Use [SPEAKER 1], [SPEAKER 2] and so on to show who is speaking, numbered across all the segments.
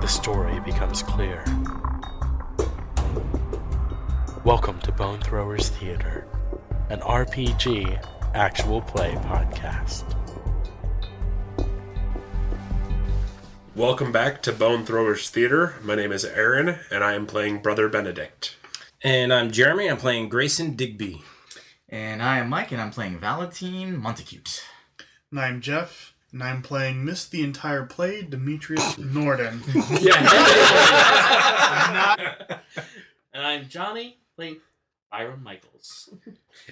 [SPEAKER 1] The story becomes clear. Welcome to Bone Throwers Theater, an RPG actual play podcast.
[SPEAKER 2] Welcome back to Bone Throwers Theater. My name is Aaron, and I am playing Brother Benedict.
[SPEAKER 3] And I'm Jeremy. I'm playing Grayson Digby.
[SPEAKER 4] And I am Mike, and I'm playing Valentine Montecute.
[SPEAKER 5] And I'm Jeff, and I'm playing Miss the Entire Play, Demetrius Norden.
[SPEAKER 6] And I'm Johnny, playing Byron Michaels.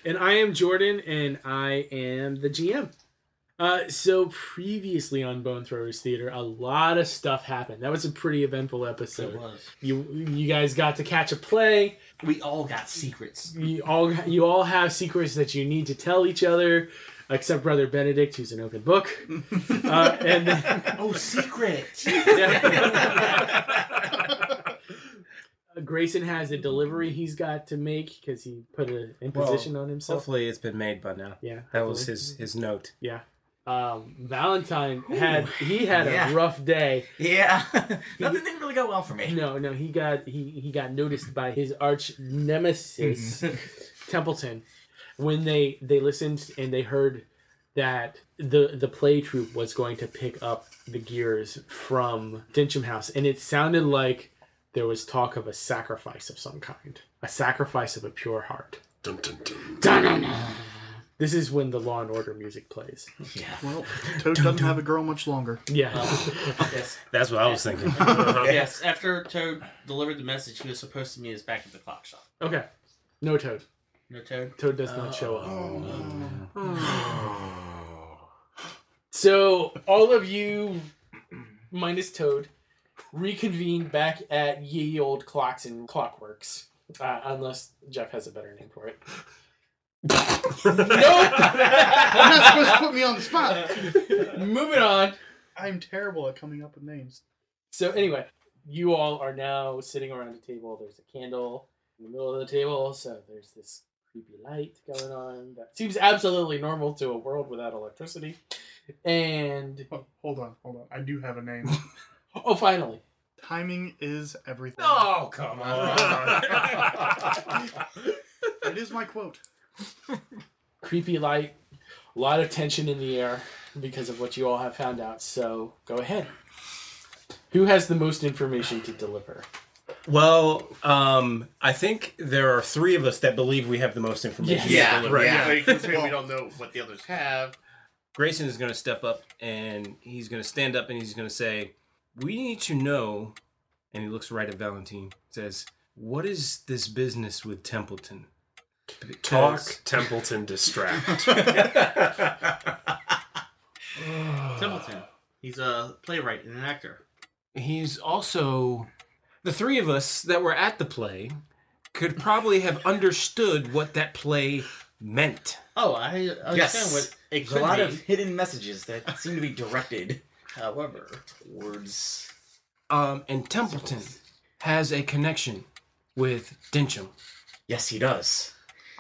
[SPEAKER 7] And I am Jordan, and I am the GM. Uh, so previously on Bone Throwers Theater, a lot of stuff happened. That was a pretty eventful episode. You you guys got to catch a play.
[SPEAKER 6] We all got secrets.
[SPEAKER 7] You all you all have secrets that you need to tell each other, except Brother Benedict, who's an open book. uh, and then,
[SPEAKER 6] Oh, secret!
[SPEAKER 7] Uh, Grayson has a delivery he's got to make because he put an imposition on himself.
[SPEAKER 3] Hopefully, it's been made by now.
[SPEAKER 7] Yeah,
[SPEAKER 3] That was
[SPEAKER 7] hopefully.
[SPEAKER 3] his his note.
[SPEAKER 7] Yeah. Um, Valentine had he had
[SPEAKER 4] yeah.
[SPEAKER 7] a rough day.
[SPEAKER 4] Yeah, nothing didn't really go well for me.
[SPEAKER 7] No, no, he got he he got noticed by his arch nemesis Templeton when they they listened and they heard that the the play troupe was going to pick up the gears from Dincham House and it sounded like there was talk of a sacrifice of some kind, a sacrifice of a pure heart.
[SPEAKER 2] Dun, dun, dun.
[SPEAKER 7] This is when the Law and Order music plays.
[SPEAKER 5] well, Toad doesn't have a girl much longer.
[SPEAKER 7] Yeah.
[SPEAKER 6] yes,
[SPEAKER 3] That's what I was thinking.
[SPEAKER 6] yes. After Toad delivered the message, he was supposed to meet us back at the clock shop.
[SPEAKER 7] Okay. No Toad.
[SPEAKER 6] No, Toad.
[SPEAKER 7] Toad does not show up.
[SPEAKER 5] Oh.
[SPEAKER 8] Oh.
[SPEAKER 7] So all of you, minus Toad, reconvene back at ye old clocks and clockworks. Uh, unless Jeff has a better name for it.
[SPEAKER 5] You're not supposed to put me on the spot.
[SPEAKER 7] Moving on.
[SPEAKER 5] I'm terrible at coming up with names.
[SPEAKER 7] So anyway, you all are now sitting around a table. There's a candle in the middle of the table, so there's this creepy light going on that seems absolutely normal to a world without electricity. And
[SPEAKER 5] Oh, hold on, hold on. I do have a name.
[SPEAKER 7] oh, finally,
[SPEAKER 5] Timing is everything.
[SPEAKER 3] oh come on!
[SPEAKER 5] It is my quote.
[SPEAKER 7] creepy light, a lot of tension in the air because of what you all have found out. So go ahead. Who has the most information to deliver?
[SPEAKER 3] well, um, I think there are three of us that believe we have the most information. to
[SPEAKER 4] Yeah,
[SPEAKER 3] deliver.
[SPEAKER 4] yeah.
[SPEAKER 9] Yeah, considering we don't know what the others have.
[SPEAKER 3] Grayson is going to step up and he's going to stand up and he's going to say, "We need to know." And he looks right at Valentine. Says, "What is this business with Templeton?"
[SPEAKER 2] Talk
[SPEAKER 3] Because-
[SPEAKER 2] Templeton distract.
[SPEAKER 6] Templeton. He's a playwright and an actor.
[SPEAKER 3] he's also the three of us that were at the play could probably have understood what that play meant.
[SPEAKER 6] Oh, I understand
[SPEAKER 4] Yes.
[SPEAKER 6] what it
[SPEAKER 4] There's
[SPEAKER 6] could
[SPEAKER 4] a lot
[SPEAKER 6] be.
[SPEAKER 4] of hidden messages that seem to be directed
[SPEAKER 6] However,
[SPEAKER 4] towards.
[SPEAKER 3] Um, and Templeton has a connection with Dincham.
[SPEAKER 4] Yes, he does.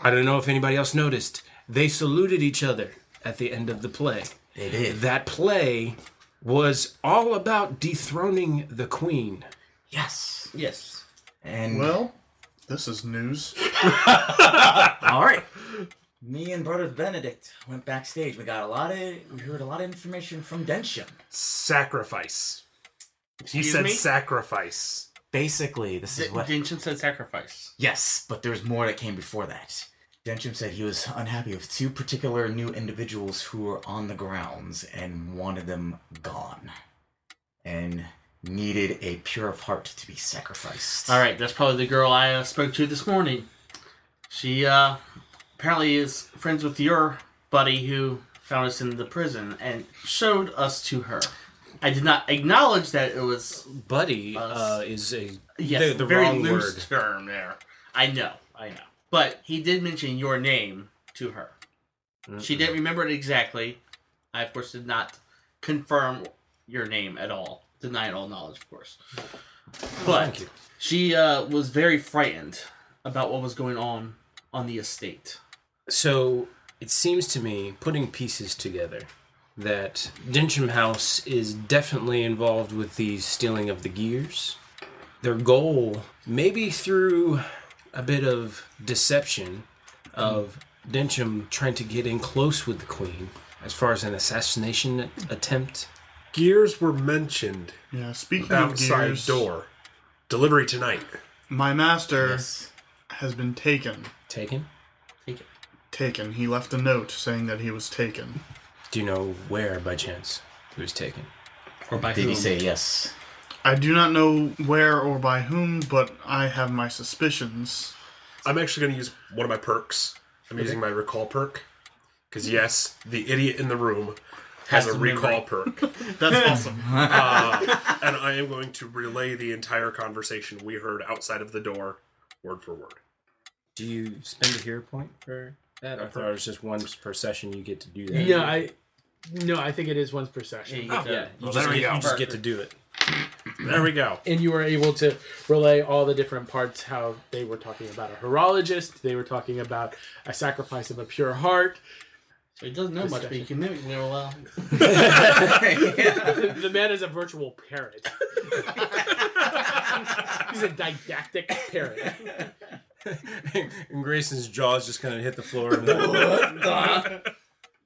[SPEAKER 3] I don't know if anybody else noticed. They saluted each other at the end of the play.
[SPEAKER 4] They did.
[SPEAKER 3] That play was all about dethroning the queen.
[SPEAKER 4] Yes.
[SPEAKER 6] yes.
[SPEAKER 4] And
[SPEAKER 5] Well, this is news.
[SPEAKER 4] all right. Me and Brother Benedict went backstage. We got a lot of, we heard a lot of information from Densham.
[SPEAKER 2] sacrifice. He
[SPEAKER 6] Excuse
[SPEAKER 2] said
[SPEAKER 6] me?
[SPEAKER 2] sacrifice.
[SPEAKER 4] Basically, this
[SPEAKER 6] D-
[SPEAKER 4] is what
[SPEAKER 6] Dincham said sacrifice.
[SPEAKER 4] Yes, but there's more that came before that. Densham said he was unhappy with two particular new individuals who were on the grounds and wanted them gone. And needed a pure of heart to be sacrificed.
[SPEAKER 6] All right, that's probably the girl I uh, spoke to this morning. She uh, apparently is friends with your buddy who found us in the prison and showed us to her. I did not acknowledge that it was.
[SPEAKER 3] Buddy uh,
[SPEAKER 6] Us.
[SPEAKER 3] is a
[SPEAKER 6] Yes,
[SPEAKER 3] the, the
[SPEAKER 6] very
[SPEAKER 3] wrong
[SPEAKER 6] loose
[SPEAKER 3] word.
[SPEAKER 6] term there. I know, I know. But he did mention your name to her. She didn't remember it exactly. I, of course, did not confirm your name at all. Deny all knowledge, of course. But she uh, was very frightened about what was going on on the estate.
[SPEAKER 3] So it seems to me, putting pieces together, that Densham House is definitely involved with the stealing of the gears. Their goal, maybe through a bit of deception, of Densham trying to get in close with the Queen as far as an assassination attempt.
[SPEAKER 8] Gears were mentioned
[SPEAKER 5] Yeah, speaking of
[SPEAKER 8] outside
[SPEAKER 5] gears,
[SPEAKER 8] door. Delivery tonight.
[SPEAKER 5] my master
[SPEAKER 4] Yes.
[SPEAKER 5] has been taken.
[SPEAKER 3] Taken?
[SPEAKER 5] Taken. He left a note saying that he was taken.
[SPEAKER 3] Do you know where, by chance, he was taken?
[SPEAKER 6] Or by
[SPEAKER 4] Did he
[SPEAKER 6] whom?
[SPEAKER 4] say yes?
[SPEAKER 5] I do not know where or by whom, but I have my suspicions.
[SPEAKER 8] I'm actually going to use one of my perks. I'm using my recall perk. Because, yes, the idiot in the room has,
[SPEAKER 6] Has
[SPEAKER 8] a
[SPEAKER 6] the
[SPEAKER 8] recall
[SPEAKER 6] memory.
[SPEAKER 8] perk.
[SPEAKER 5] That's awesome.
[SPEAKER 8] Uh, and I am going to relay the entire conversation we heard outside of the door, word for word.
[SPEAKER 3] Do you spend a hero point for that? I thought it was just once per session you get to do that.
[SPEAKER 10] No, I no, I think it is once per
[SPEAKER 6] Yeah,
[SPEAKER 10] session.
[SPEAKER 6] you get
[SPEAKER 3] Yeah,
[SPEAKER 6] to-
[SPEAKER 3] you, just
[SPEAKER 8] there we
[SPEAKER 3] get,
[SPEAKER 8] go.
[SPEAKER 3] you just get to do it.
[SPEAKER 8] There we go.
[SPEAKER 10] And you were able to relay all the different parts how they were talking about a horologist, they were talking about a sacrifice of a pure heart.
[SPEAKER 6] So he doesn't know much, but he can mimic real well.
[SPEAKER 10] the man is a virtual parrot. He's a didactic parrot.
[SPEAKER 3] and Grayson's jaws just kind of hit the floor. And then-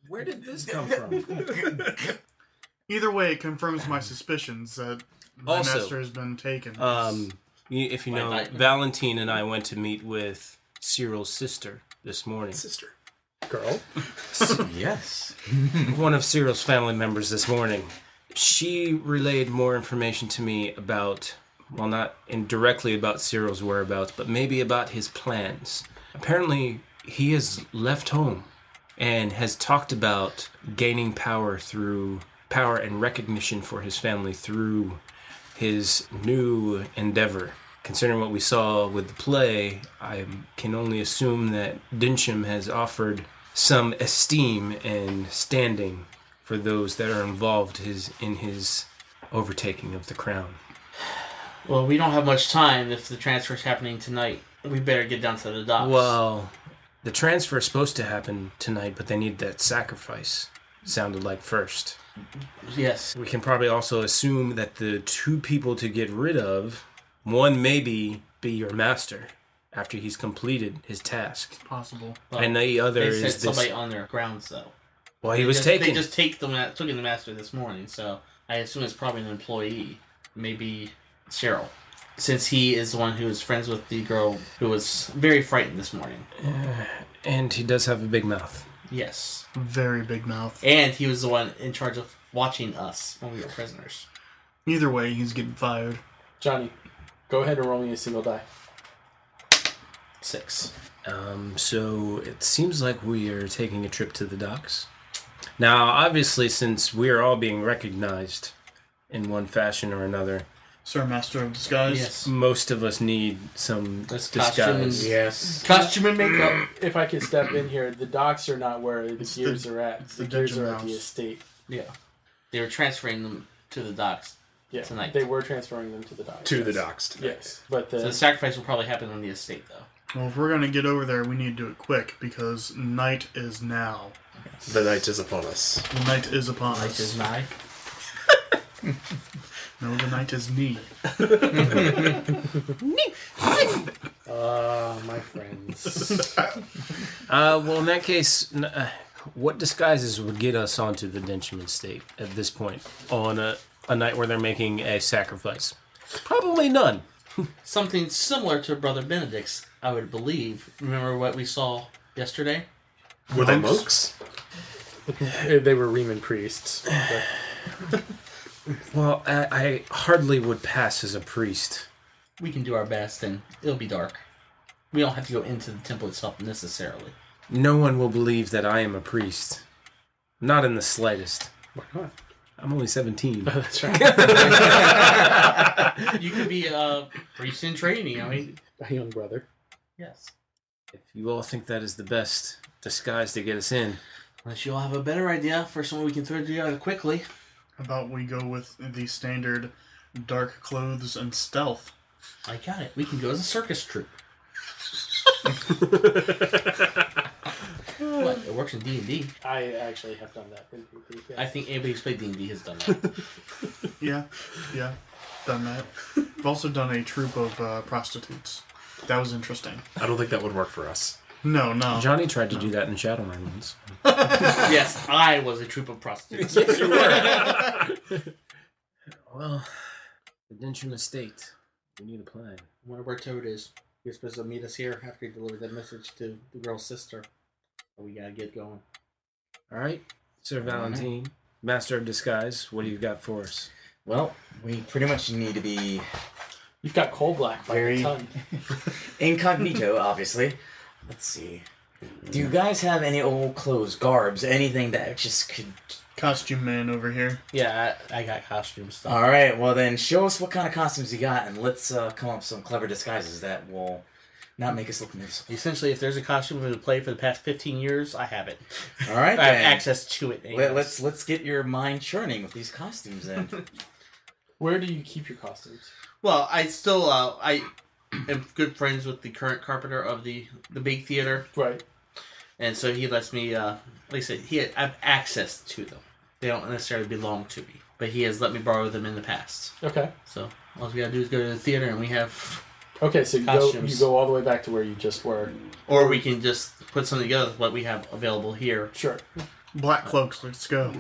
[SPEAKER 3] Where did this come from?
[SPEAKER 5] Either way, it confirms my suspicions that my
[SPEAKER 3] Also,
[SPEAKER 5] master has been taken.
[SPEAKER 3] Um, you- if you know,
[SPEAKER 6] Like that.
[SPEAKER 3] Valentine and I went to meet with Cyril's sister this morning.
[SPEAKER 8] Sister.
[SPEAKER 10] Girl.
[SPEAKER 4] yes.
[SPEAKER 3] One of Cyril's family members this morning. She relayed more information to me about, well, not indirectly about Cyril's whereabouts, but maybe about his plans. Apparently, he has left home and has talked about gaining power through power and recognition for his family through his new endeavor. Considering what we saw with the play, I can only assume that Dinsham has offered some esteem and standing for those that are involved his, in his overtaking of the crown.
[SPEAKER 6] Well, we don't have much time if the transfer's happening tonight. We better get down to the docks.
[SPEAKER 3] Well, the transfer is supposed to happen tonight, but they need that sacrifice. Sounded like first.
[SPEAKER 6] yes.
[SPEAKER 3] We can probably also assume that the two people to get rid of, one maybe be your master after he's completed his task,
[SPEAKER 5] possible.
[SPEAKER 6] But
[SPEAKER 3] and the other
[SPEAKER 6] they
[SPEAKER 3] is
[SPEAKER 6] sent
[SPEAKER 3] this.
[SPEAKER 6] somebody on their grounds though.
[SPEAKER 3] well, he
[SPEAKER 6] They
[SPEAKER 3] was
[SPEAKER 6] just,
[SPEAKER 3] taken.
[SPEAKER 6] They just take the ma- took in the master this morning, so I assume it's probably an employee, maybe Cheryl, since he is the one who is friends with the girl who was very frightened this morning.
[SPEAKER 3] and he does have a big mouth.
[SPEAKER 6] Yes,
[SPEAKER 5] Very big mouth.
[SPEAKER 6] and he was the one in charge of watching us when we were prisoners.
[SPEAKER 5] Either way, he's getting fired.
[SPEAKER 10] Johnny, go ahead and roll me a single die.
[SPEAKER 6] Six.
[SPEAKER 3] Um, so it seems like we are taking a trip to the docks. Now, obviously, since we are all being recognized in one fashion or another,
[SPEAKER 5] Sir Master of Disguise.
[SPEAKER 6] Yes.
[SPEAKER 3] most of us need some
[SPEAKER 6] This costume
[SPEAKER 3] disguise.
[SPEAKER 6] is-
[SPEAKER 4] Yes.
[SPEAKER 6] Costume and makeup.
[SPEAKER 10] If I could step in here, the docks are not where the
[SPEAKER 5] It's the-
[SPEAKER 10] gears are at.
[SPEAKER 5] it's
[SPEAKER 10] the,
[SPEAKER 5] the
[SPEAKER 10] gears
[SPEAKER 5] dungeon
[SPEAKER 10] are at the
[SPEAKER 5] house.
[SPEAKER 10] estate.
[SPEAKER 6] yeah, they were transferring them to the docks.
[SPEAKER 10] Yeah,
[SPEAKER 6] Tonight.
[SPEAKER 10] they were transferring them to the docks.
[SPEAKER 8] To the
[SPEAKER 10] yes.
[SPEAKER 8] docks tonight.
[SPEAKER 10] Yes, but the,
[SPEAKER 6] So the sacrifice will probably happen on the estate, though.
[SPEAKER 5] Well, if we're gonna get over there, we need to do it quick because night is now.
[SPEAKER 8] The night is upon us.
[SPEAKER 5] The night is upon us.
[SPEAKER 6] nigh.
[SPEAKER 5] No, the night is me.
[SPEAKER 10] ah, my friends.
[SPEAKER 3] Uh, well, in that case, n- uh, what disguises would get us onto the Densham estate at this point on a, a night where they're making a sacrifice? Probably none.
[SPEAKER 6] Something similar to Brother Benedict's, I would believe. Remember what we saw yesterday?
[SPEAKER 8] Were they monks?
[SPEAKER 10] Uh, they were Riemann priests. but-
[SPEAKER 3] Well, I, I hardly would pass as a priest.
[SPEAKER 6] We can do our best, and it'll be dark. We don't have to go into the temple itself necessarily.
[SPEAKER 3] No one will believe that I am a priest. Not in the slightest.
[SPEAKER 10] Why not?
[SPEAKER 3] I'm only 17.
[SPEAKER 10] That's right.
[SPEAKER 6] You could be a priest in training. I mean,
[SPEAKER 10] My young brother.
[SPEAKER 6] yes.
[SPEAKER 3] if you all think that is the best disguise to get us in,
[SPEAKER 6] Unless you all have a better idea for someone we can throw together quickly.
[SPEAKER 5] How about we go with the standard dark clothes and stealth?
[SPEAKER 6] I got it. We can go as a circus troupe. what? It works in D and D.
[SPEAKER 10] I actually have done that. in PvP, yeah.
[SPEAKER 6] I think anybody who's played D and D has done that.
[SPEAKER 5] Yeah, yeah, done that. I've also done a troupe of uh, prostitutes. That was interesting.
[SPEAKER 8] I don't think that would work for us.
[SPEAKER 5] No, no.
[SPEAKER 3] Johnny tried to do that in Shadowrun once.
[SPEAKER 6] yes, I was a troop of prostitutes.
[SPEAKER 3] Well, Redemption Estate. We need a plan.
[SPEAKER 6] Whatever toad is, you're supposed to meet us here after you deliver that message to the girl's sister. But we gotta get going.
[SPEAKER 3] All right, Sir Valentine, Master of Disguise. What do you got for us?
[SPEAKER 4] Well, we pretty much need to be
[SPEAKER 10] You've got coal black by
[SPEAKER 4] Very-
[SPEAKER 10] a ton.
[SPEAKER 4] incognito, obviously. Let's see. Do you guys have any old clothes, garbs, anything that just could?
[SPEAKER 5] Costume man over here.
[SPEAKER 6] Yeah, I, I got costume stuff.
[SPEAKER 4] All right, well then, show us what kind of costumes you got, and let's uh, come up with some clever disguises that will not make us look miserable.
[SPEAKER 6] Essentially, if there's a costume in the play for the past 15 years, I have it.
[SPEAKER 4] All right,
[SPEAKER 6] I have
[SPEAKER 4] then.
[SPEAKER 6] access to it.
[SPEAKER 4] Let, us let's get your mind churning with these costumes then.
[SPEAKER 10] Where do you keep your costumes?
[SPEAKER 6] Well, I still uh, I am good friends with the current carpenter of the the big theater,
[SPEAKER 10] Right.
[SPEAKER 6] and so he lets me. Uh, like I said, he I have access to them. They don't necessarily belong to me, but he has let me borrow them in the past.
[SPEAKER 10] Okay.
[SPEAKER 6] So all we gotta do is go to the theater, and we have,
[SPEAKER 10] Okay, so you go,
[SPEAKER 6] Costumes.
[SPEAKER 10] you go all the way back to where you just were.
[SPEAKER 6] or we can just put something together with what we have available here.
[SPEAKER 10] Sure.
[SPEAKER 5] Black cloaks, let's go.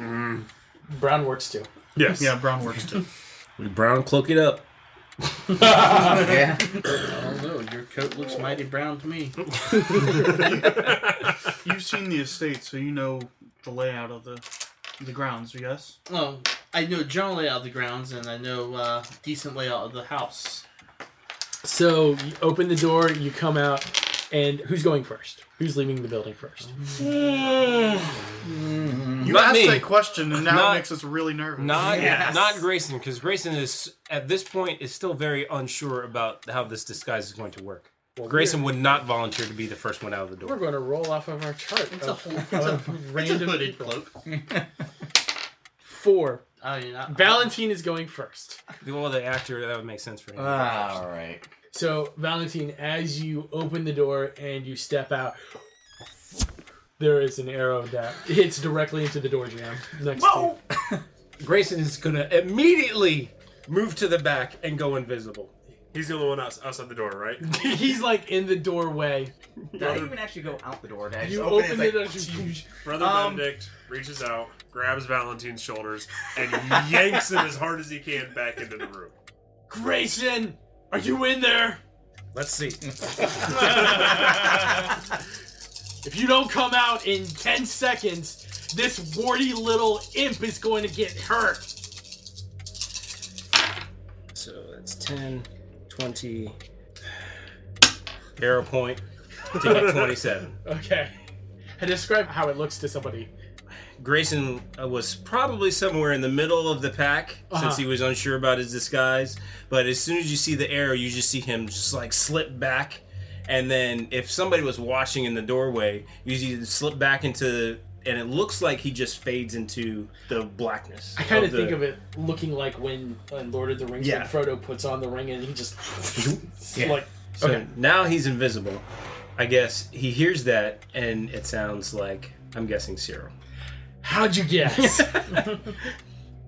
[SPEAKER 10] Brown works too.
[SPEAKER 8] Yes.
[SPEAKER 5] Yeah, brown works too.
[SPEAKER 3] We brown cloak it up.
[SPEAKER 4] yeah.
[SPEAKER 6] Oh no, your coat looks mighty brown to me.
[SPEAKER 5] You've seen the estate, so you know the layout of the the grounds, yes?
[SPEAKER 6] Well, I know general layout of the grounds, and I know uh, decent layout of the house.
[SPEAKER 10] So you open the door, you come out, and who's going first? Who's leaving the building first?
[SPEAKER 5] You
[SPEAKER 3] Not
[SPEAKER 5] asked
[SPEAKER 3] me.
[SPEAKER 5] that question, and now
[SPEAKER 3] Not-
[SPEAKER 5] it makes us really nervous.
[SPEAKER 3] Not
[SPEAKER 4] Yes.
[SPEAKER 3] not Grayson, because Grayson is at this point is still very unsure about how this disguise is going to work.
[SPEAKER 10] Oh.
[SPEAKER 3] Grayson would not volunteer to be the first one out of the
[SPEAKER 10] We're
[SPEAKER 3] door.
[SPEAKER 10] going to roll off of our chart.
[SPEAKER 6] It's a
[SPEAKER 10] of
[SPEAKER 6] whole, it's a, it's a
[SPEAKER 10] random
[SPEAKER 6] hooded
[SPEAKER 10] people.
[SPEAKER 6] cloak.
[SPEAKER 10] Four.
[SPEAKER 6] I mean, I,
[SPEAKER 10] Valentine is going first.
[SPEAKER 3] Well, the actor that would make sense for him.
[SPEAKER 4] All right.
[SPEAKER 10] So, Valentine, as you open the door and you step out, there is an arrow that hits directly into the door jam. Next to you.
[SPEAKER 3] Grayson is gonna immediately move to the back and go invisible.
[SPEAKER 8] He's the only one outs- outside the door, right?
[SPEAKER 10] He's like in the doorway.
[SPEAKER 4] Did I even actually go out the door? Did I just
[SPEAKER 10] You
[SPEAKER 4] open
[SPEAKER 10] open
[SPEAKER 4] it?
[SPEAKER 10] it
[SPEAKER 4] It's
[SPEAKER 10] as
[SPEAKER 4] like,
[SPEAKER 10] you
[SPEAKER 8] Brother
[SPEAKER 4] Um,
[SPEAKER 8] Benedict reaches out, grabs Valentine's shoulders, and yanks him as hard as he can back into the room.
[SPEAKER 10] Grayson, are you in there?
[SPEAKER 3] Let's see.
[SPEAKER 10] If you don't come out in 10 seconds, this warty little imp is going to get hurt.
[SPEAKER 3] So that's 10, 20. Arrow point to get 27.
[SPEAKER 10] Okay. And describe how it looks to somebody.
[SPEAKER 3] Grayson uh, was probably somewhere in the middle of the pack
[SPEAKER 10] Uh-huh.
[SPEAKER 3] since he was unsure about his disguise. But as soon as you see the arrow, you just see him just like slip back. And then if somebody was watching in the doorway, you see him slip back into. And it looks like he just fades into the blackness.
[SPEAKER 10] I kind of
[SPEAKER 3] the-
[SPEAKER 10] think of it looking like when in Lord of the Rings,
[SPEAKER 3] Yeah.
[SPEAKER 10] when Frodo puts on the ring and he just
[SPEAKER 4] Yeah.
[SPEAKER 10] like
[SPEAKER 3] So
[SPEAKER 10] Okay.
[SPEAKER 3] now he's invisible. I guess he hears that, and it sounds like I'm guessing Cyril.
[SPEAKER 10] How'd you guess?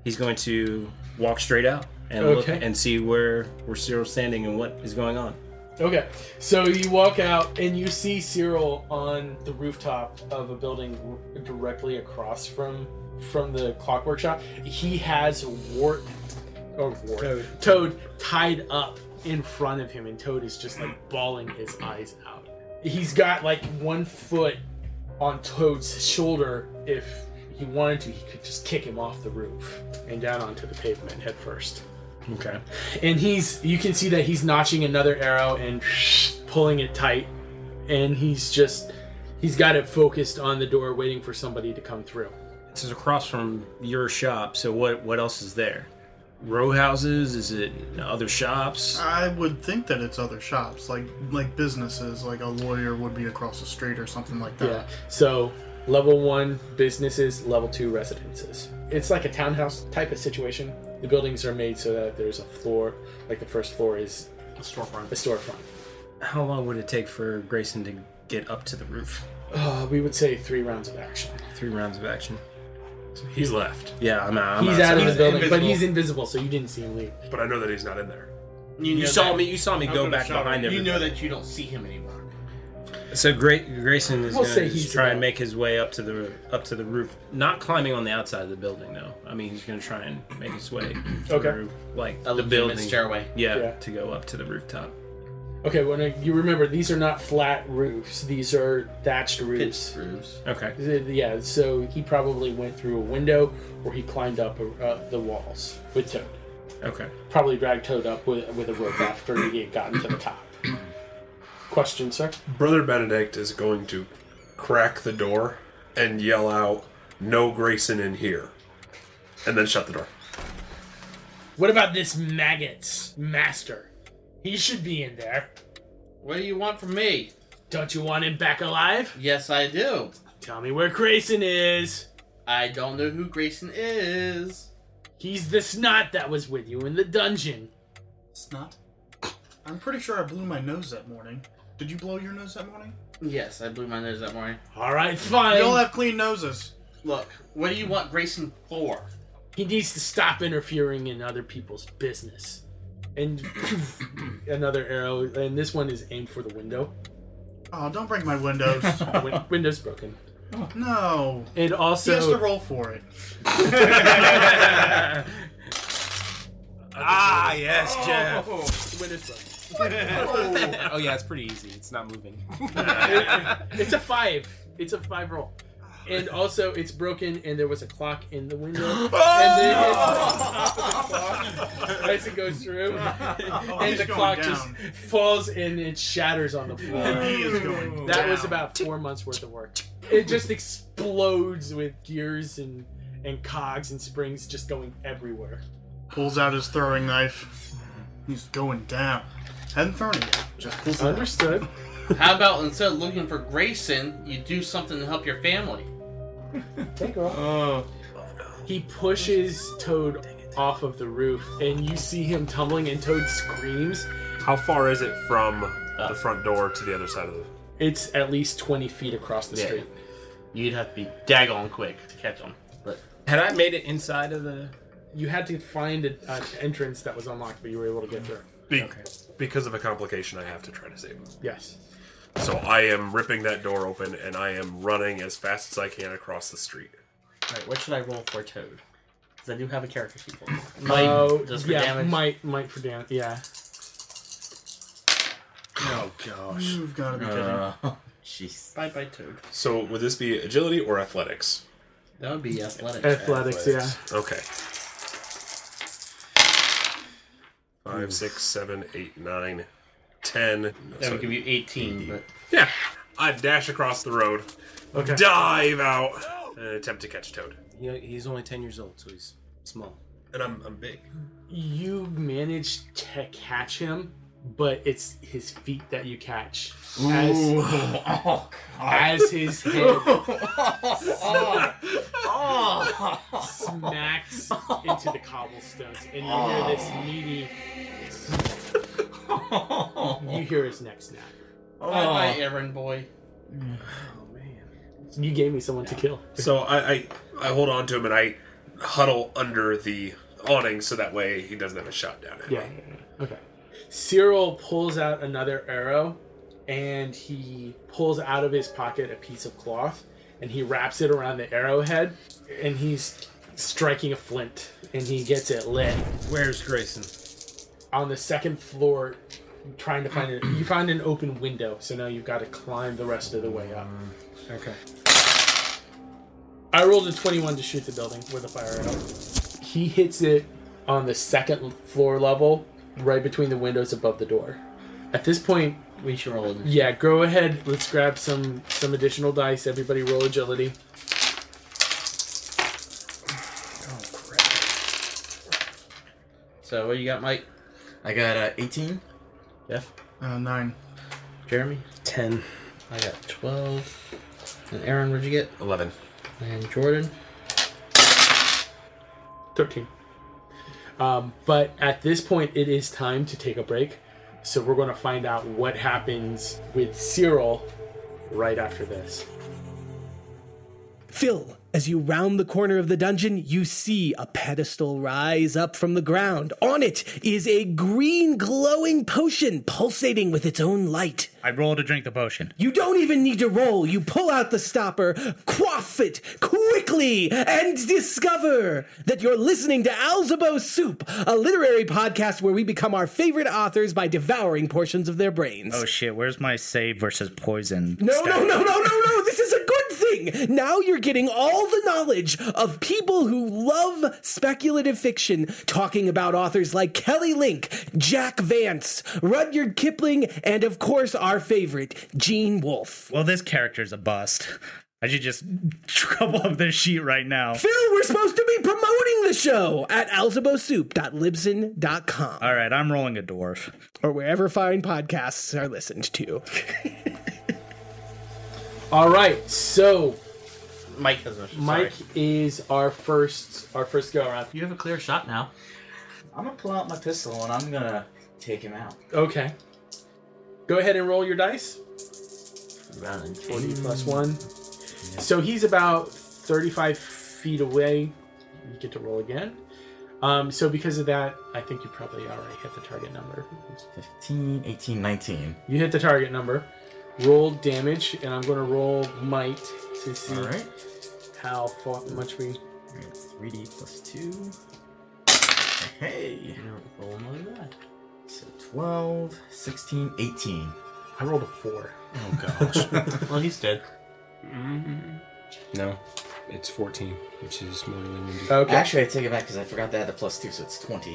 [SPEAKER 3] He's going to walk straight out and look
[SPEAKER 10] Okay.
[SPEAKER 3] and see where where Cyril's standing and what is going on.
[SPEAKER 10] okay, so you walk out and you see Cyril on the rooftop of a building r- directly across from from the clockwork shop. He has wart or wart toad. tied up in front of him, and Toad is just like bawling his eyes out. He's got like one foot on Toad's shoulder. If he wanted to, he could just kick him off the roof and down onto the pavement head first.
[SPEAKER 3] Okay.
[SPEAKER 10] and he's you can see that he's notching another arrow and pulling it tight and he's just he's got it focused on the door waiting for somebody to come through
[SPEAKER 3] This is across from your shop, so what what else is there? Row houses? Is it other shops?
[SPEAKER 5] I would think that it's other shops, like like businesses, like a lawyer would be across the street or something like that.
[SPEAKER 10] Yeah. So level one businesses, level two residences. It's like a townhouse type of situation. The buildings are made so that there's a floor, like the first floor is
[SPEAKER 6] A
[SPEAKER 10] a
[SPEAKER 6] storefront.
[SPEAKER 10] storefront.
[SPEAKER 3] How long would it take for Grayson to get up to the roof?
[SPEAKER 10] Uh, we would say three rounds of action.
[SPEAKER 3] Three rounds of action.
[SPEAKER 8] He's left,
[SPEAKER 3] Yeah, I'm out. I'm
[SPEAKER 10] he's
[SPEAKER 3] outside.
[SPEAKER 10] out of the
[SPEAKER 6] He's
[SPEAKER 10] building, but
[SPEAKER 6] invisible.
[SPEAKER 10] he's invisible, so you didn't see him leave.
[SPEAKER 8] but I know that he's not in there.
[SPEAKER 6] You, know
[SPEAKER 3] You saw
[SPEAKER 6] that-
[SPEAKER 3] me. You saw me
[SPEAKER 9] I'm
[SPEAKER 3] go
[SPEAKER 9] gonna
[SPEAKER 3] back
[SPEAKER 9] shout
[SPEAKER 3] behind
[SPEAKER 9] out.
[SPEAKER 6] You
[SPEAKER 3] him.
[SPEAKER 6] know that you don't see him anymore.
[SPEAKER 3] So Gra- Grayson is
[SPEAKER 10] We'll
[SPEAKER 3] going
[SPEAKER 10] say
[SPEAKER 3] to
[SPEAKER 10] he's
[SPEAKER 3] try
[SPEAKER 10] the-
[SPEAKER 3] and make his way up to the up to the roof, not climbing on the outside of the building though. I mean, he's going to try and make his way
[SPEAKER 10] Okay.
[SPEAKER 3] through like
[SPEAKER 6] A
[SPEAKER 3] the building
[SPEAKER 6] stairway.
[SPEAKER 3] Yeah,
[SPEAKER 10] Yeah.
[SPEAKER 3] to go up to the rooftop.
[SPEAKER 10] Okay, well, now, you remember these are not flat roofs; these are thatched roofs.
[SPEAKER 6] Pitch roofs.
[SPEAKER 3] Okay.
[SPEAKER 10] Th- Yeah, so he probably went through a window, or he climbed up uh, the walls with Toad.
[SPEAKER 3] Okay.
[SPEAKER 10] Probably dragged Toad up with with a rope after he had gotten to the top. Question, sir.
[SPEAKER 8] Brother Benedict is going to crack the door and yell out, "No Grayson in here," and then shut the door.
[SPEAKER 10] What about this maggot's master? He should be in there.
[SPEAKER 6] What do you want from me?
[SPEAKER 10] Don't you want him back alive?
[SPEAKER 6] Yes, I do.
[SPEAKER 10] Tell me where Grayson is.
[SPEAKER 6] I don't know who Grayson is.
[SPEAKER 10] He's the snot that was with you in the dungeon.
[SPEAKER 5] It's not. I'm pretty sure I blew my nose that morning. Did you blow your nose that morning?
[SPEAKER 6] Yes, I blew my nose that morning.
[SPEAKER 10] All right, fine.
[SPEAKER 5] We all have clean noses.
[SPEAKER 6] Look, what do you want Grayson for?
[SPEAKER 10] he needs to stop interfering in other people's business. And another arrow, and this one is aimed for the window.
[SPEAKER 5] Oh, don't break my windows.
[SPEAKER 10] Win- Window's broken.
[SPEAKER 5] no.
[SPEAKER 10] And
[SPEAKER 5] He has to
[SPEAKER 10] also,
[SPEAKER 5] roll for it.
[SPEAKER 3] Ah yes, Jeff. Oh,
[SPEAKER 10] window's broken.
[SPEAKER 3] yeah, it's pretty easy. It's not moving.
[SPEAKER 10] It's a five. It's a five roll. And also, it's broken, and there was a clock in the window. and then it's as it goes through,
[SPEAKER 5] Oh,
[SPEAKER 10] and
[SPEAKER 5] he's
[SPEAKER 10] the
[SPEAKER 5] going
[SPEAKER 10] clock
[SPEAKER 5] down.
[SPEAKER 10] just falls and it shatters on the floor.
[SPEAKER 5] He is going
[SPEAKER 10] That was
[SPEAKER 5] down.
[SPEAKER 10] about four months worth of work. It just explodes with gears and and cogs and springs just going everywhere.
[SPEAKER 5] Pulls out his throwing knife. He's going down. Hadn't thrown it yet. Just pulls it out.
[SPEAKER 10] Understood.
[SPEAKER 6] How about instead of looking for Grayson, you do something to help your family?
[SPEAKER 10] Take off. He pushes Toad off of the roof, and you see him tumbling, and Toad screams.
[SPEAKER 8] How far is it from the front door to the other side of the?
[SPEAKER 10] It's at least twenty feet across the street.
[SPEAKER 6] You'd have to be daggone quick to catch him. But
[SPEAKER 3] Had I made it inside of the?
[SPEAKER 10] You had to find a, an entrance that was unlocked, but you were able to get through.
[SPEAKER 8] Be- Because of a complication, I have to try to save him.
[SPEAKER 10] Yes.
[SPEAKER 8] So I am ripping that door open and I am running as fast as I can across the street.
[SPEAKER 6] Alright, what should I roll for Toad? Because I do have a character sheet for him.
[SPEAKER 10] Oh,
[SPEAKER 6] just for
[SPEAKER 10] yeah.
[SPEAKER 6] damage.
[SPEAKER 10] Might, might for damage. Yeah.
[SPEAKER 3] Oh gosh.
[SPEAKER 5] You've got to be kidding.
[SPEAKER 4] Uh, Jeez.
[SPEAKER 6] Bye bye Toad.
[SPEAKER 8] So would this be agility or athletics?
[SPEAKER 6] That would be athletics.
[SPEAKER 10] Athletics. Yeah.
[SPEAKER 8] Okay. Five, six, seven, eight, nine, ten.
[SPEAKER 6] That
[SPEAKER 8] So-
[SPEAKER 6] would give you 18, but
[SPEAKER 8] yeah. I dash across the road,
[SPEAKER 10] Okay.
[SPEAKER 8] dive out, and attempt to catch Toad.
[SPEAKER 3] He, he's only ten years old, so he's small.
[SPEAKER 8] And I'm, I'm big.
[SPEAKER 10] You manage to catch him, but it's his feet that you catch as
[SPEAKER 4] Oh,
[SPEAKER 10] as his head
[SPEAKER 4] God.
[SPEAKER 10] smacks into the cobblestones, and you hear this meaty. You hear his neck snap.
[SPEAKER 6] bye bye Aaron boy.
[SPEAKER 10] You gave me someone to kill.
[SPEAKER 8] So I, I I hold on to him and I huddle under the awning so that way he doesn't have a shot down at
[SPEAKER 10] Yeah.
[SPEAKER 8] me.
[SPEAKER 10] Okay. Cyril pulls out another arrow and he pulls out of his pocket a piece of cloth and he wraps it around the arrowhead and he's striking a flint and he gets it lit
[SPEAKER 3] Where's Grayson?
[SPEAKER 10] on the second floor trying to find it you find an open window so now you've got to climb the rest of the way up
[SPEAKER 6] Mm,
[SPEAKER 3] Okay.
[SPEAKER 10] i rolled a 21 to shoot the building with a fire arrow he hits it on the second floor level right between the windows above the door at this point
[SPEAKER 6] We should roll it.
[SPEAKER 10] Yeah, go ahead. Let's grab some some additional dice. Everybody roll agility.
[SPEAKER 6] So what you got, Mike?
[SPEAKER 4] I got uh, 18.
[SPEAKER 6] Jeff?
[SPEAKER 5] Uh, nine.
[SPEAKER 6] Jeremy?
[SPEAKER 3] 10,
[SPEAKER 6] I got 12. And Aaron, what'd you get?
[SPEAKER 3] 11.
[SPEAKER 6] And Jordan?
[SPEAKER 10] 13. Um, but at this point, it is time to take a break. So we're going to find out what happens with Cyril right after this.
[SPEAKER 11] Phil, as you round the corner of the dungeon, you see a pedestal rise up from the ground. On it is a green glowing potion pulsating with its own light.
[SPEAKER 12] I roll to drink the potion.
[SPEAKER 11] You don't even need to roll. You pull out the stopper, quaff it quickly, and discover that you're listening to Alzebo Soup, a literary podcast where we become our favorite authors by devouring portions of their brains.
[SPEAKER 12] Oh shit, where's my save versus poison?
[SPEAKER 11] No,
[SPEAKER 12] stat?
[SPEAKER 11] no, no, no, no, no. This is a good thing. Now you're getting all the knowledge of people who love speculative fiction, talking about authors like Kelly Link, Jack Vance, Rudyard Kipling, and of course our favorite, Gene Wolfe.
[SPEAKER 12] Well, this character's a bust. I should just trouble up this sheet right now.
[SPEAKER 11] Phil, we're supposed to be promoting the show at alzabosoup.libsyn.com
[SPEAKER 12] All right, I'm rolling a dwarf.
[SPEAKER 11] or wherever fine podcasts are listened to.
[SPEAKER 10] All right. So
[SPEAKER 6] Mike has a sorry.
[SPEAKER 10] Mike is our first our first go around.
[SPEAKER 6] You have a clear shot now.
[SPEAKER 4] I'm gonna pull out my pistol and I'm gonna take him out.
[SPEAKER 10] Okay. Go ahead and roll your dice.
[SPEAKER 6] Round
[SPEAKER 10] 20 plus one. So he's about 35 feet away. You get to roll again. Um, so because of that, I think you probably already hit the target number.
[SPEAKER 4] 15, 18, 19.
[SPEAKER 10] You hit the target number. Roll damage, and I'm going to roll might to see
[SPEAKER 4] All right.
[SPEAKER 10] how far, much we.
[SPEAKER 4] Three D plus two. Hey. So 12, 16, 18.
[SPEAKER 10] I rolled a four.
[SPEAKER 6] Well, he's dead.
[SPEAKER 3] No, it's 14, which is more than you do.
[SPEAKER 10] Okay.
[SPEAKER 4] Actually, I take it back because I forgot to add the plus two, so it's 20.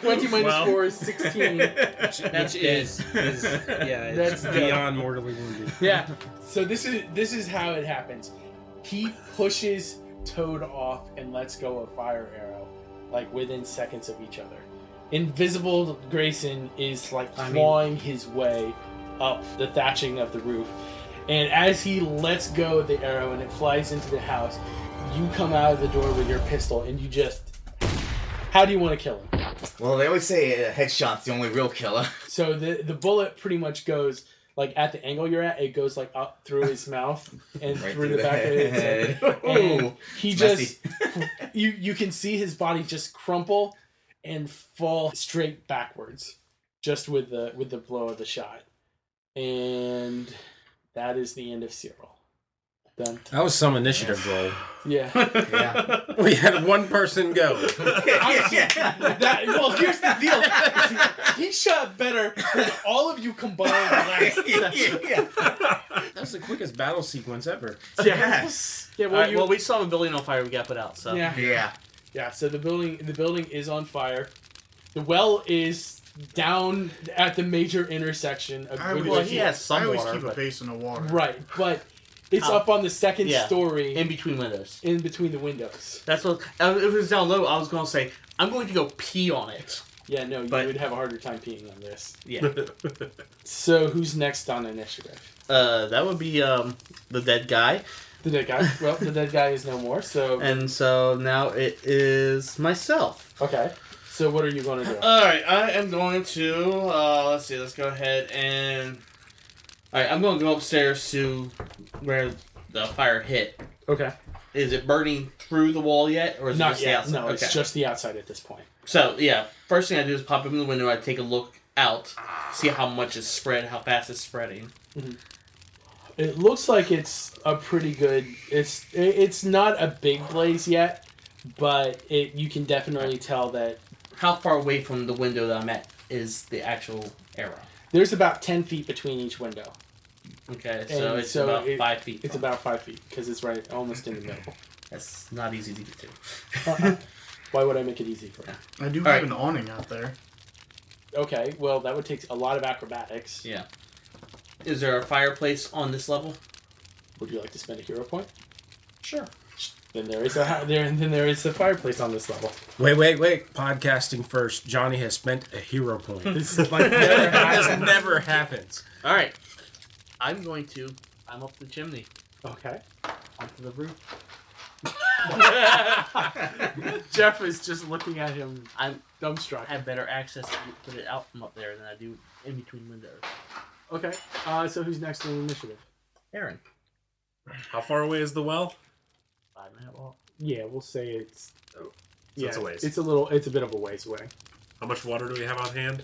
[SPEAKER 10] 20 minus
[SPEAKER 12] Well.
[SPEAKER 10] four is 16.
[SPEAKER 6] That's is.
[SPEAKER 3] is yeah,
[SPEAKER 10] That's
[SPEAKER 3] it's
[SPEAKER 10] dope.
[SPEAKER 3] beyond mortally wounded.
[SPEAKER 10] yeah. So this is this is how it happens. He pushes Toad off and lets go of Fire Arrow, like within seconds of each other. Invisible Grayson is like
[SPEAKER 6] I mean-
[SPEAKER 10] clawing his way up the thatching of the roof, and as he lets go of the arrow and it flies into the house, you come out of the door with your pistol and you just. How do you want to kill him?
[SPEAKER 4] well, they always say a headshot's the only real killer.
[SPEAKER 10] So the the bullet pretty much goes like at the angle you're at, it goes like up through his mouth and
[SPEAKER 4] Right
[SPEAKER 10] through the back of his head. And
[SPEAKER 4] Ooh,
[SPEAKER 10] he
[SPEAKER 4] it's
[SPEAKER 10] just you you can see his body just crumple and fall straight backwards just with the with the blow of the shot. And that is the end of Cyril. Done.
[SPEAKER 3] That was some initiative roll.
[SPEAKER 10] Yeah.
[SPEAKER 4] yeah.
[SPEAKER 3] We had one person go.
[SPEAKER 10] That, well, here's the deal. He shot better than all of you combined last session.
[SPEAKER 3] That's the quickest battle sequence ever.
[SPEAKER 4] Yes.
[SPEAKER 10] Yeah,
[SPEAKER 6] Well,
[SPEAKER 10] well, you,
[SPEAKER 6] well, we saw a building on fire. We got put out. So
[SPEAKER 10] yeah.
[SPEAKER 4] Yeah.
[SPEAKER 10] Yeah, so the building the building is on fire. The well is down at the major intersection. Of
[SPEAKER 5] I
[SPEAKER 10] Goodwood
[SPEAKER 5] always,
[SPEAKER 6] Well,
[SPEAKER 10] Hill.
[SPEAKER 6] he has some
[SPEAKER 5] I always
[SPEAKER 6] water,
[SPEAKER 5] keep
[SPEAKER 6] but-
[SPEAKER 5] a basin of water.
[SPEAKER 10] Right, but it's
[SPEAKER 6] Out.
[SPEAKER 10] up on the second
[SPEAKER 6] Oh. Yeah.
[SPEAKER 10] story
[SPEAKER 6] in
[SPEAKER 10] in,
[SPEAKER 6] between windows.
[SPEAKER 10] between the windows.
[SPEAKER 6] That's what. uh, If it was down low, I was gonna say I'm going to go pee on it.
[SPEAKER 10] Yeah, no, you
[SPEAKER 6] But-
[SPEAKER 10] would have a harder time peeing on this.
[SPEAKER 6] Yeah.
[SPEAKER 10] So who's next on initiative?
[SPEAKER 6] uh, that would be um the dead guy,
[SPEAKER 10] The dead guy. well, the dead guy is no more. So
[SPEAKER 6] and so now it is myself.
[SPEAKER 10] okay. So what are you going to do?
[SPEAKER 9] All right, I am going to. Uh, let's see. Let's go ahead and.
[SPEAKER 6] All right, I'm going to go upstairs to where the fire hit.
[SPEAKER 10] okay.
[SPEAKER 6] Is it burning through the wall yet, or is it
[SPEAKER 10] Not
[SPEAKER 6] just the
[SPEAKER 10] yet.
[SPEAKER 6] outside?
[SPEAKER 10] No,
[SPEAKER 6] okay.
[SPEAKER 10] it's just the outside at this point.
[SPEAKER 6] So yeah, first thing I do is pop open the window. I take a look out, see how much is spread, how fast it's spreading.
[SPEAKER 10] It looks like it's a pretty good. It's it- it's not a big blaze yet, but it you can definitely tell that
[SPEAKER 6] How far away from the window that I'm at is the actual arrow?
[SPEAKER 10] there's about ten feet between each window.
[SPEAKER 6] Okay, so
[SPEAKER 10] And
[SPEAKER 6] it's
[SPEAKER 10] so
[SPEAKER 6] about
[SPEAKER 10] it-
[SPEAKER 6] five feet.
[SPEAKER 10] It's
[SPEAKER 6] from-
[SPEAKER 10] about five feet because it's right almost in the middle.
[SPEAKER 6] That's not easy to get to.
[SPEAKER 10] Uh-huh. Why would I make it easy for you?
[SPEAKER 5] I do have
[SPEAKER 6] Alright.
[SPEAKER 5] an awning out there.
[SPEAKER 10] Okay, well that would take a lot of acrobatics.
[SPEAKER 6] Yeah. Is there a fireplace on this level?
[SPEAKER 10] Would you like to spend a hero point?
[SPEAKER 6] Sure.
[SPEAKER 10] Then there is a ho- there. Then there is a fireplace on this level.
[SPEAKER 3] Wait, wait, wait. Podcasting first. Johnny has spent a hero point.
[SPEAKER 10] This is like never
[SPEAKER 3] this
[SPEAKER 10] happened.
[SPEAKER 3] never happens.
[SPEAKER 6] All right. I'm going to. I'm up the chimney.
[SPEAKER 10] Okay.
[SPEAKER 6] Onto the roof.
[SPEAKER 10] Jeff is just looking at him
[SPEAKER 6] I'm,
[SPEAKER 10] dumbstruck.
[SPEAKER 6] I have better access to put it out from up there than I do in between windows.
[SPEAKER 10] Okay. Uh, so who's next in the initiative?
[SPEAKER 6] Aaron.
[SPEAKER 13] How far away is the well?
[SPEAKER 6] Five minute walk.
[SPEAKER 10] Yeah, we'll say it's.
[SPEAKER 13] Oh, so
[SPEAKER 10] yeah,
[SPEAKER 13] it's a ways.
[SPEAKER 10] it's a little. It's a bit of a ways away.
[SPEAKER 13] How much water do we have on hand?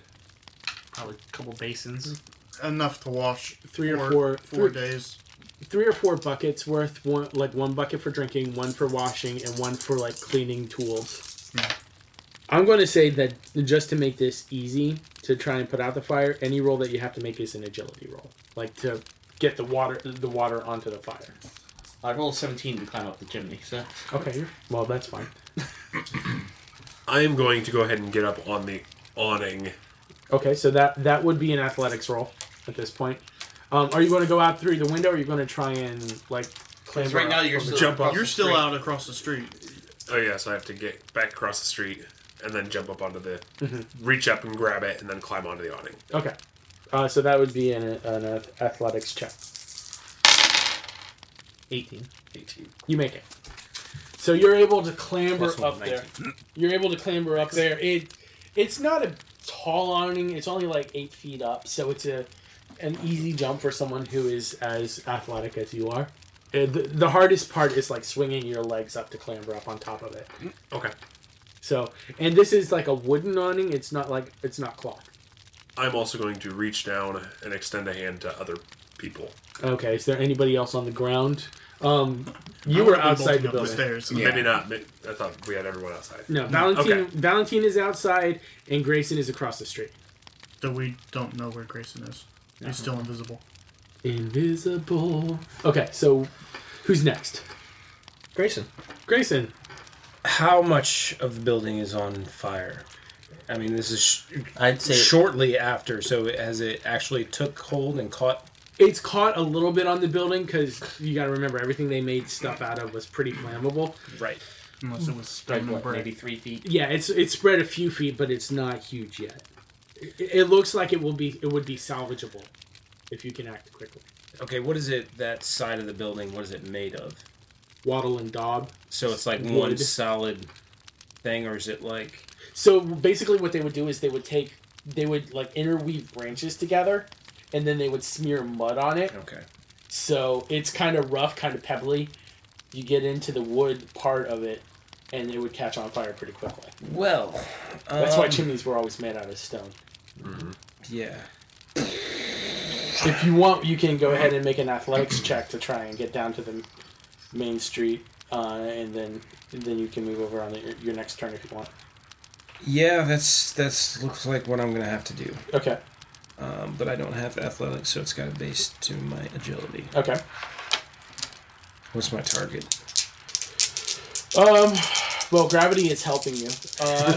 [SPEAKER 6] Probably a couple basins.
[SPEAKER 5] Enough to wash
[SPEAKER 10] Three or four-
[SPEAKER 5] four, four
[SPEAKER 10] three-
[SPEAKER 5] days.
[SPEAKER 10] Three or four buckets worth. One like one bucket for drinking, one for washing, and one for like cleaning tools.
[SPEAKER 13] Hmm.
[SPEAKER 5] Yeah.
[SPEAKER 10] I'm going to say that just to make this easy to try and put out the fire, any roll that you have to make is an agility roll, like to get the water the water onto the fire.
[SPEAKER 6] I rolled 17 to climb up the chimney, so.
[SPEAKER 10] Okay. you're- Well, that's fine.
[SPEAKER 8] I am going to go ahead and get up on the awning.
[SPEAKER 10] Okay, so that that would be an athletics roll at this point. Um, are you going to go out through the window? or Are you going to try and like clamber?
[SPEAKER 6] right now
[SPEAKER 10] up
[SPEAKER 6] you're
[SPEAKER 10] from the
[SPEAKER 6] still-
[SPEAKER 10] jump up?
[SPEAKER 5] You're
[SPEAKER 6] the
[SPEAKER 5] still
[SPEAKER 6] street.
[SPEAKER 5] out across the street.
[SPEAKER 8] Oh yeah, so I have to get back across the street and then jump up onto the, reach up and grab it and then climb onto the awning.
[SPEAKER 10] Okay, uh, so that would be an, an ath- athletics check.
[SPEAKER 6] 18.
[SPEAKER 8] 18.
[SPEAKER 10] You make it. So you're able to clamber
[SPEAKER 6] Plus one,
[SPEAKER 10] up there. You're able to clamber up there. It it's not a tall awning. It's only like eight feet up, so it's a an easy jump for someone who is as athletic as you are. Uh, The, the hardest part is like swinging your legs up to clamber up on top of it.
[SPEAKER 8] Okay.
[SPEAKER 10] So, and this is like a wooden awning. It's not like it's not cloth.
[SPEAKER 8] I'm also going to reach down and extend a hand to other people.
[SPEAKER 10] Okay, is there anybody else on the ground? Um, you were outside
[SPEAKER 5] Bolting
[SPEAKER 10] the
[SPEAKER 5] up
[SPEAKER 10] building.
[SPEAKER 5] stairs.
[SPEAKER 8] Maybe not. ma- I thought we had everyone outside.
[SPEAKER 10] No, Valentine.
[SPEAKER 8] Okay.
[SPEAKER 10] Valentine is outside, and Grayson is across the street.
[SPEAKER 5] That we don't know where Grayson is. He's still invisible.
[SPEAKER 10] Invisible. Okay, so who's next?
[SPEAKER 6] Grayson.
[SPEAKER 10] Grayson.
[SPEAKER 3] How much of the building is on fire? I mean, this is sh-
[SPEAKER 6] I'd say.
[SPEAKER 3] shortly after, so has it actually took hold and caught?
[SPEAKER 10] It's caught a little bit on the building because you got to remember everything they made stuff out of was pretty flammable.
[SPEAKER 3] Right.
[SPEAKER 5] Unless it was stone and brick.
[SPEAKER 6] maybe three feet.
[SPEAKER 10] Yeah, it's it's spread a few feet, but it's not huge yet. It, it looks like it will be. It would be salvageable if you can act quickly.
[SPEAKER 3] Okay, what is it? That side of the building, what is it made of?
[SPEAKER 10] Waddle and daub.
[SPEAKER 3] So it's like one
[SPEAKER 10] Wood.
[SPEAKER 3] solid thing, or is it like?
[SPEAKER 10] So basically, what they would do is they would take, they would like interweave branches together, and then they would smear mud on it.
[SPEAKER 3] Okay.
[SPEAKER 10] So it's kind of rough, kind of pebbly. You get into the wood part of it, and it would catch on fire pretty quickly.
[SPEAKER 3] Well,
[SPEAKER 10] That's why chimneys were always made out of stone.
[SPEAKER 3] Yeah.
[SPEAKER 10] If you want, you can go ahead and make an athletics check to try and get down to the main street, uh, and then then you can move over on the, your, your next turn if you want.
[SPEAKER 3] Yeah, that's that's looks like what I'm gonna have to do.
[SPEAKER 10] Okay.
[SPEAKER 3] Um, but I don't have athletics, so it's got to base to my agility.
[SPEAKER 10] Okay.
[SPEAKER 3] What's my target?
[SPEAKER 10] Um. Well, gravity is helping you. Uh,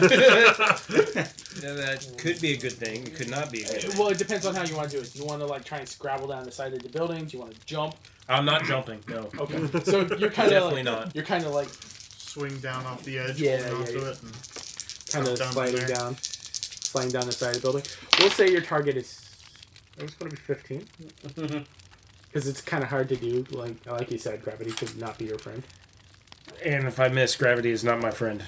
[SPEAKER 3] that could be a good thing. It could not be. A good
[SPEAKER 10] Well, it depends on how you want to do it. Do you want to like try and scrabble down the side of the building? Do you want to jump?
[SPEAKER 3] I'm not jumping. No,
[SPEAKER 10] Okay, so you're kind of
[SPEAKER 3] definitely
[SPEAKER 10] like,
[SPEAKER 3] not.
[SPEAKER 10] you're kind of like
[SPEAKER 5] Swing down off the edge,
[SPEAKER 10] Yeah,
[SPEAKER 5] holding
[SPEAKER 10] yeah,
[SPEAKER 5] onto
[SPEAKER 10] yeah.
[SPEAKER 5] it, and
[SPEAKER 10] kind of
[SPEAKER 5] down
[SPEAKER 10] sliding
[SPEAKER 5] there.
[SPEAKER 10] down, sliding down the side of the building. We'll say your target is it's going to be fifteen because it's kind of hard to do. Like like you said, gravity could not be your friend.
[SPEAKER 3] And if I miss, gravity is not my friend.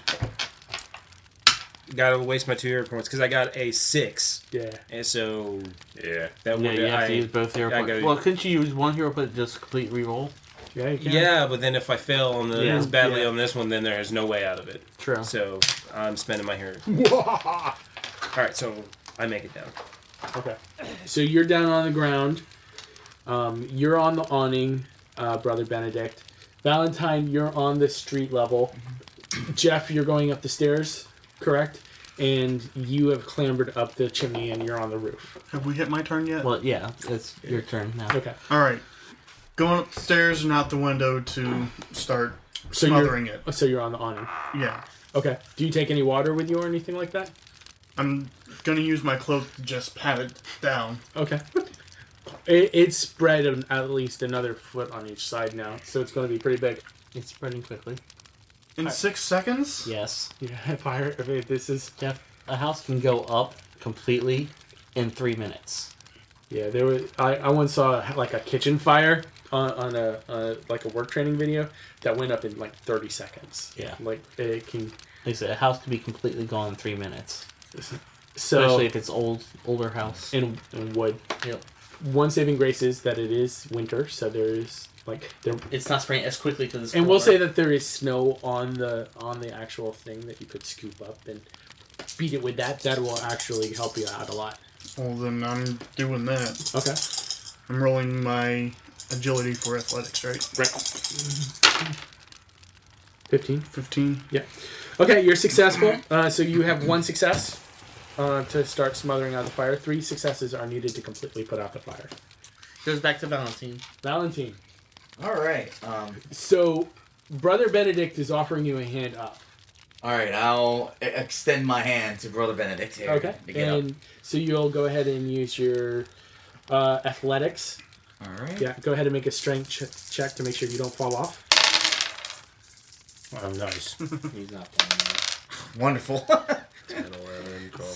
[SPEAKER 3] Gotta waste my two hero points because I got a six,
[SPEAKER 10] Yeah.
[SPEAKER 3] and so
[SPEAKER 8] Yeah.
[SPEAKER 3] that
[SPEAKER 6] Yeah,
[SPEAKER 3] would
[SPEAKER 6] you have
[SPEAKER 3] I,
[SPEAKER 6] to use both hero
[SPEAKER 3] I
[SPEAKER 6] points.
[SPEAKER 3] gotta-
[SPEAKER 6] well, couldn't you use one hero point to just complete reroll?
[SPEAKER 10] Yeah. You can.
[SPEAKER 3] Yeah, but then if I fail on the
[SPEAKER 6] Yeah.
[SPEAKER 3] as badly
[SPEAKER 10] Yeah.
[SPEAKER 3] on this one, then there is no way out of it.
[SPEAKER 6] True.
[SPEAKER 3] So I'm spending my hero.
[SPEAKER 10] Yeah.
[SPEAKER 3] All right, so I make it down.
[SPEAKER 10] okay. So you're down on the ground. Um, you're on the awning, uh, brother Benedict. Valentine, you're on the street level.
[SPEAKER 5] Mm-hmm.
[SPEAKER 10] Jeff, you're going up the stairs, correct? And you have clambered up the chimney and you're on the roof.
[SPEAKER 5] have we hit my turn yet?
[SPEAKER 6] Well, yeah, it's your turn now.
[SPEAKER 10] Okay.
[SPEAKER 5] All right, going up the stairs and out the window to start
[SPEAKER 10] So
[SPEAKER 5] smothering it.
[SPEAKER 10] you're, Oh, So you're on the awning.
[SPEAKER 5] Yeah,
[SPEAKER 10] Okay. Do you take any water with you or anything like that?
[SPEAKER 5] I'm gonna use my cloak to just pat it down.
[SPEAKER 10] Okay. It, it's spread an- at least another foot on each side now, so it's going to be pretty big. It's spreading quickly.
[SPEAKER 5] In six seconds?
[SPEAKER 6] Yes.
[SPEAKER 10] Yeah, fire. I mean, this is.
[SPEAKER 6] Jeff, a house can go up completely in three minutes.
[SPEAKER 10] Yeah, there was. I, I once saw like a kitchen fire on, on a uh, like a work training video that went up in like thirty seconds.
[SPEAKER 6] Yeah.
[SPEAKER 10] like it can.
[SPEAKER 6] Like I said, a house can be completely gone in three minutes.
[SPEAKER 10] So-
[SPEAKER 6] especially if it's old, older house.
[SPEAKER 10] and, and wood. Yep. One saving grace is that it is winter, so there is like there.
[SPEAKER 6] It's not spraying as quickly because it's.
[SPEAKER 10] and we'll
[SPEAKER 6] cooler.
[SPEAKER 10] say that there is snow on the on the actual thing that you could scoop up and beat it with that. That will actually help you out a lot.
[SPEAKER 5] Well, then I'm doing that.
[SPEAKER 10] Okay.
[SPEAKER 5] I'm rolling my agility for athletics, right?
[SPEAKER 10] Right. Fifteen.
[SPEAKER 5] Fifteen.
[SPEAKER 10] Yeah. Okay, you're successful. Uh, so you have one success uh, to start smothering out the fire. Three successes are needed to completely put out the fire.
[SPEAKER 6] Goes back to Valentine.
[SPEAKER 10] Valentine.
[SPEAKER 4] All right. Um,
[SPEAKER 10] So, Brother Benedict is offering you a hand up.
[SPEAKER 4] All right, I'll e- extend my hand to Brother Benedict here.
[SPEAKER 10] Okay.
[SPEAKER 4] To get up.
[SPEAKER 10] And so you'll go ahead and use your uh, athletics.
[SPEAKER 4] All right.
[SPEAKER 10] Yeah, go ahead and make a strength ch- check to make sure you don't fall off.
[SPEAKER 3] Oh, nice.
[SPEAKER 6] He's not playing.
[SPEAKER 4] Wonderful.
[SPEAKER 8] 10, 11, 12, 13, 14, 20.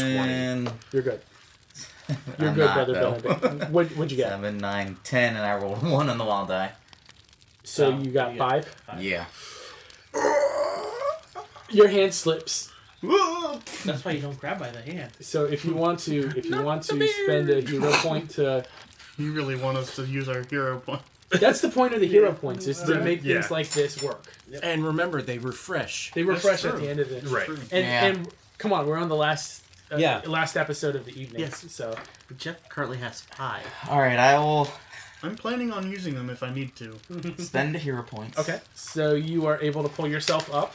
[SPEAKER 4] Seven.
[SPEAKER 10] You're good. You're good, Brother Benedict. What, what'd you get?
[SPEAKER 4] Seven, nine, ten, and I rolled one on the wild die.
[SPEAKER 10] So you got five.
[SPEAKER 4] Yeah.
[SPEAKER 10] Your hand slips.
[SPEAKER 6] That's why you don't grab by the hand.
[SPEAKER 10] So if you want to, if you want to spend a hero point to,
[SPEAKER 5] You really want us to use our hero point.
[SPEAKER 10] that's the point of the hero points is to
[SPEAKER 5] Yeah.
[SPEAKER 10] make things
[SPEAKER 5] Yeah.
[SPEAKER 10] like this work.
[SPEAKER 3] And remember, they refresh.
[SPEAKER 10] They
[SPEAKER 5] That's
[SPEAKER 10] refresh at
[SPEAKER 5] true.
[SPEAKER 10] the end of the
[SPEAKER 5] Right.
[SPEAKER 10] And,
[SPEAKER 3] Yeah.
[SPEAKER 10] and come on, we're on the last uh,
[SPEAKER 3] Yeah.
[SPEAKER 10] last episode of the evening.
[SPEAKER 6] Yes.
[SPEAKER 10] So
[SPEAKER 6] But Jeff currently has five.
[SPEAKER 4] All right, I will
[SPEAKER 5] I'm planning on using them if I need to.
[SPEAKER 4] spend a hero point.
[SPEAKER 10] okay, so you are able to pull yourself up.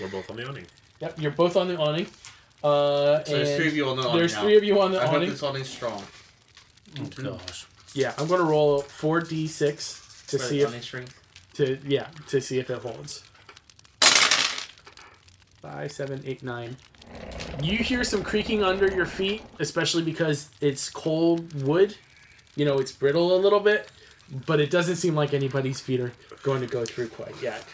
[SPEAKER 13] We're both on the awning.
[SPEAKER 10] Yep, you're both on the awning. Uh,
[SPEAKER 6] So there's
[SPEAKER 10] and
[SPEAKER 6] three of you on the awning.
[SPEAKER 10] There's
[SPEAKER 6] now.
[SPEAKER 10] three of you on the
[SPEAKER 6] I hope
[SPEAKER 10] awning.
[SPEAKER 6] this awning's strong.
[SPEAKER 3] Gosh.
[SPEAKER 10] Yeah, I'm gonna roll four d six to
[SPEAKER 6] Or the
[SPEAKER 10] see if
[SPEAKER 6] awning strength.
[SPEAKER 10] to yeah to see if it holds. Five, seven, eight, nine. You hear some creaking under your feet, especially because it's cold wood. You know, it's brittle a little bit, but it doesn't seem like anybody's feet are going to go through quite yet.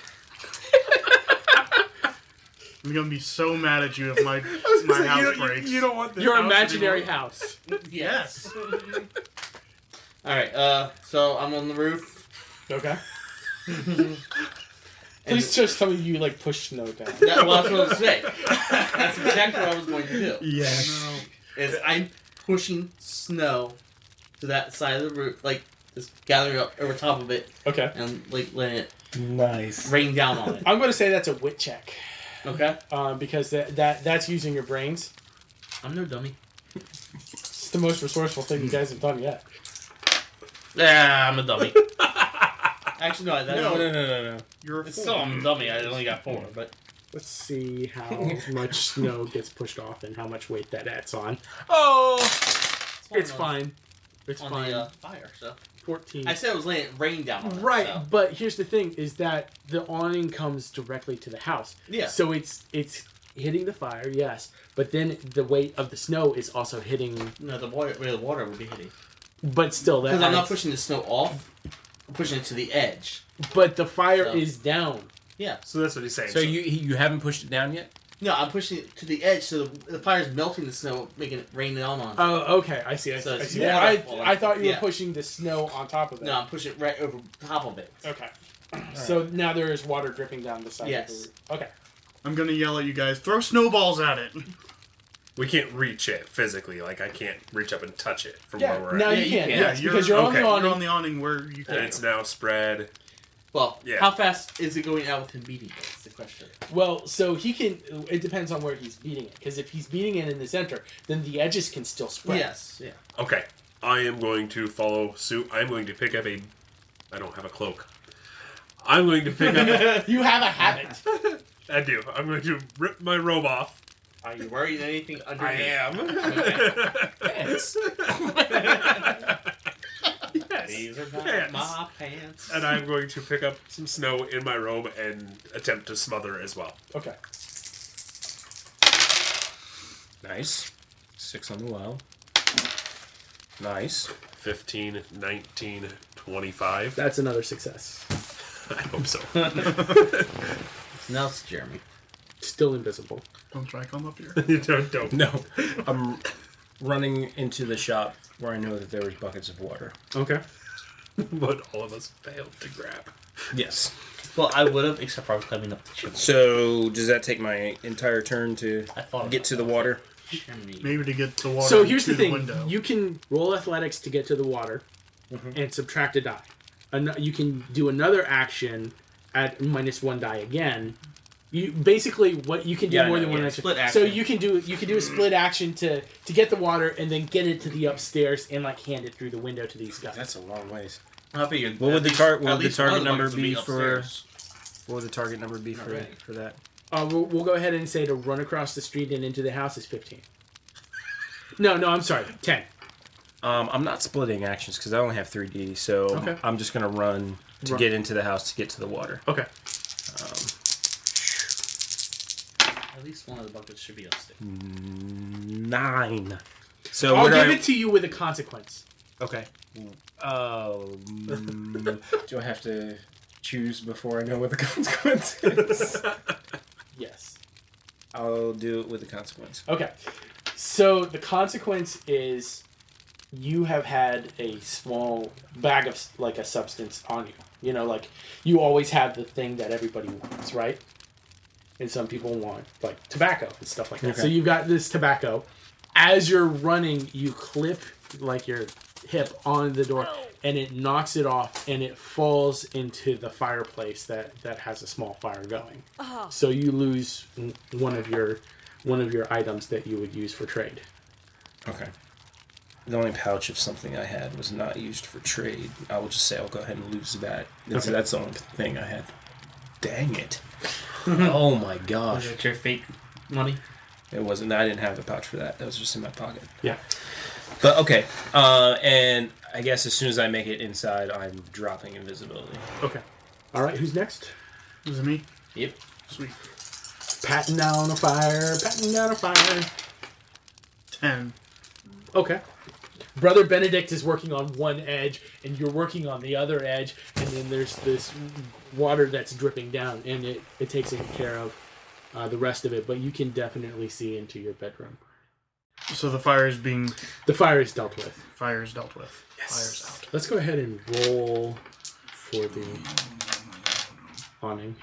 [SPEAKER 5] I'm gonna be so mad at you if my
[SPEAKER 13] gonna
[SPEAKER 5] my
[SPEAKER 13] say, you
[SPEAKER 5] house
[SPEAKER 13] don't- you-
[SPEAKER 5] breaks.
[SPEAKER 13] you don't want
[SPEAKER 5] this.
[SPEAKER 10] Your imaginary house.
[SPEAKER 5] Yes.
[SPEAKER 6] All right. Uh, so I'm on the roof.
[SPEAKER 10] Okay. Please just tell me you like push snow down.
[SPEAKER 6] That, well, that's what I was saying. That's exactly what I was going to do.
[SPEAKER 5] Yes.
[SPEAKER 6] Is I'm pushing snow to that side of the roof, like just gathering up over top of it,
[SPEAKER 10] Okay.
[SPEAKER 6] and like letting it
[SPEAKER 3] Nice.
[SPEAKER 6] rain down on it.
[SPEAKER 10] I'm going to say that's a wit check
[SPEAKER 6] Okay.
[SPEAKER 10] uh, because that, that that's using your brains.
[SPEAKER 6] I'm no dummy.
[SPEAKER 10] It's the most resourceful thing you guys have done yet.
[SPEAKER 6] Yeah, I'm a dummy. Actually, no. That's
[SPEAKER 9] No, no, no, no, no.
[SPEAKER 5] You're a
[SPEAKER 6] It's still I'm a dummy. I only got four, but
[SPEAKER 10] Let's see how much snow gets pushed off and how much weight that adds on.
[SPEAKER 3] Oh!
[SPEAKER 10] It's fine. It's
[SPEAKER 6] on
[SPEAKER 10] fine.
[SPEAKER 6] the uh, fire. So
[SPEAKER 10] 14.
[SPEAKER 6] I said I was letting it rain down. On
[SPEAKER 10] Right,
[SPEAKER 6] It, so.
[SPEAKER 10] but here's the thing: is that the awning comes directly to the house.
[SPEAKER 6] Yeah.
[SPEAKER 10] So it's it's hitting the fire, yes, but then the weight of the snow is also hitting.
[SPEAKER 6] No, the water, the water would be hitting.
[SPEAKER 10] But still, that
[SPEAKER 6] Because I'm not
[SPEAKER 10] adds-
[SPEAKER 6] pushing the snow off. I'm pushing it to the edge.
[SPEAKER 10] But the fire
[SPEAKER 6] So-
[SPEAKER 10] is down.
[SPEAKER 6] Yeah.
[SPEAKER 13] So that's what he's saying.
[SPEAKER 3] So you you haven't pushed it down yet?
[SPEAKER 6] No, I'm pushing it to the edge so the, the fire's melting the snow, making it rain down on it.
[SPEAKER 10] Oh, okay. I see. I
[SPEAKER 6] So
[SPEAKER 10] see. I,
[SPEAKER 6] it's
[SPEAKER 10] see.
[SPEAKER 6] more
[SPEAKER 10] I,
[SPEAKER 6] helpful.
[SPEAKER 10] I thought you were
[SPEAKER 6] Yeah.
[SPEAKER 10] pushing the snow on top of it.
[SPEAKER 6] no, I'm pushing it right over top of it.
[SPEAKER 10] Okay. So now there is water dripping down the side.
[SPEAKER 6] Yes.
[SPEAKER 10] Of the roof. Okay.
[SPEAKER 5] I'm gonna yell at you guys. Throw snowballs at it.
[SPEAKER 13] we can't reach it physically. Like I can't reach up and touch it from
[SPEAKER 10] Yeah.
[SPEAKER 13] where we're
[SPEAKER 10] Now
[SPEAKER 13] at.
[SPEAKER 10] you
[SPEAKER 6] you
[SPEAKER 10] can.
[SPEAKER 6] can.
[SPEAKER 10] Yes, because you're on
[SPEAKER 13] okay.
[SPEAKER 10] the awning.
[SPEAKER 5] You're on the awning where you
[SPEAKER 13] And
[SPEAKER 5] can.
[SPEAKER 13] it's now spread.
[SPEAKER 6] Well,
[SPEAKER 13] Yeah.
[SPEAKER 6] how fast is it going out with him beating it? Is the question.
[SPEAKER 10] Well, so he can. It depends on where he's beating it. Because if he's beating it in the center, then the edges can still spread.
[SPEAKER 6] Yes. Yeah.
[SPEAKER 13] Okay, I am going to follow suit. I'm going to pick up a. I don't have a cloak. I'm going to pick up.
[SPEAKER 10] You have a habit.
[SPEAKER 13] I do. I'm going to rip my robe off.
[SPEAKER 6] Are you wearing anything under?
[SPEAKER 13] I am.
[SPEAKER 6] Okay.
[SPEAKER 3] Yes.
[SPEAKER 6] These are not
[SPEAKER 13] Yes.
[SPEAKER 6] my pants.
[SPEAKER 13] and I'm going to pick up some snow in my robe and attempt to smother as well.
[SPEAKER 10] Okay.
[SPEAKER 3] Nice. Six on the well. Nice.
[SPEAKER 13] 15, 19, 25.
[SPEAKER 10] That's another success.
[SPEAKER 13] I hope so.
[SPEAKER 6] Now it's Jeremy.
[SPEAKER 10] Still invisible.
[SPEAKER 5] Don't try come up here.
[SPEAKER 3] don't, don't. No. I'm running into the shop where I know that there was buckets of water.
[SPEAKER 10] Okay.
[SPEAKER 13] but all of us failed to grab.
[SPEAKER 3] Yes.
[SPEAKER 6] Well, I would have, except for I was climbing up the chimney.
[SPEAKER 3] So, does that take my entire turn to get to the water?
[SPEAKER 5] Maybe to get the water.
[SPEAKER 10] so here's
[SPEAKER 5] to
[SPEAKER 10] the thing:
[SPEAKER 5] window.
[SPEAKER 10] you can roll athletics to get to the water, and subtract a die. An- you can do another action at minus one die again. You basically what you can do
[SPEAKER 6] Yeah, I
[SPEAKER 10] more
[SPEAKER 6] know,
[SPEAKER 10] than one
[SPEAKER 6] yeah,
[SPEAKER 10] action.
[SPEAKER 6] split
[SPEAKER 10] So
[SPEAKER 6] action.
[SPEAKER 10] you can do you can do a split action to to get the water and then get it to the upstairs and like hand it through the window to these guys. That's
[SPEAKER 3] a long ways.
[SPEAKER 6] I figured
[SPEAKER 3] What
[SPEAKER 6] at
[SPEAKER 3] would the
[SPEAKER 6] least-
[SPEAKER 3] target?
[SPEAKER 6] at
[SPEAKER 3] What would the
[SPEAKER 6] least one of
[SPEAKER 3] target
[SPEAKER 6] the
[SPEAKER 3] number
[SPEAKER 6] buckets would
[SPEAKER 3] be
[SPEAKER 6] be
[SPEAKER 3] for?
[SPEAKER 6] upstairs.
[SPEAKER 3] What would the target number be for
[SPEAKER 6] Alright.
[SPEAKER 3] for that?
[SPEAKER 10] Uh, we'll, we'll go ahead and say to run across the street and into the house is fifteen. No, no, I'm sorry, ten.
[SPEAKER 3] Um, I'm not splitting actions because I only have three D, so
[SPEAKER 10] Okay.
[SPEAKER 3] I'm just gonna run to
[SPEAKER 10] Run.
[SPEAKER 3] get into the house to get to the water.
[SPEAKER 10] Okay.
[SPEAKER 6] At least one of the buckets should be upstairs.
[SPEAKER 3] Nine. So
[SPEAKER 10] I'll
[SPEAKER 3] what do
[SPEAKER 10] give
[SPEAKER 3] I-
[SPEAKER 10] it to you with a consequence.
[SPEAKER 3] Okay. Um, do I have to choose before I know what the consequence is?
[SPEAKER 10] yes.
[SPEAKER 3] I'll do it with the consequence.
[SPEAKER 10] Okay. So the consequence is you have had a small bag of s- like a substance on you. You know, like you always have the thing that everybody wants, right? And some people want like tobacco and stuff like that. So
[SPEAKER 3] Okay.
[SPEAKER 10] you've got this tobacco. As you're running, you clip like your hip on the door and it knocks it off and it falls into the fireplace that that has a small fire going.
[SPEAKER 14] Oh.
[SPEAKER 10] So you lose w- one of your one of your items that you would use for trade.
[SPEAKER 3] Okay. The only pouch of something I had was not used for trade. I will just say I'll go ahead and lose that. That's,
[SPEAKER 10] Okay.
[SPEAKER 3] that's the only thing I had. Dang it. oh my gosh.
[SPEAKER 6] Was it your fake money?
[SPEAKER 3] It wasn't. I didn't have the pouch for that. That was just in my pocket.
[SPEAKER 10] Yeah.
[SPEAKER 3] But okay. Uh, and I guess as soon as I make it inside, I'm dropping invisibility.
[SPEAKER 10] Okay. All right, who's next?
[SPEAKER 5] Is it me?
[SPEAKER 6] Yep.
[SPEAKER 5] Sweet.
[SPEAKER 10] Patting down a fire, patting down a fire.
[SPEAKER 5] Ten.
[SPEAKER 10] Okay. Brother Benedict is working on one edge, and you're working on the other edge, and then there's this water that's dripping down, and it, it takes care of uh, the rest of it, but you can definitely see into your bedroom.
[SPEAKER 5] So the fire is being.
[SPEAKER 10] The fire is dealt with.
[SPEAKER 5] Fire is dealt with. Fire's out.
[SPEAKER 10] Let's go ahead and roll for the awning.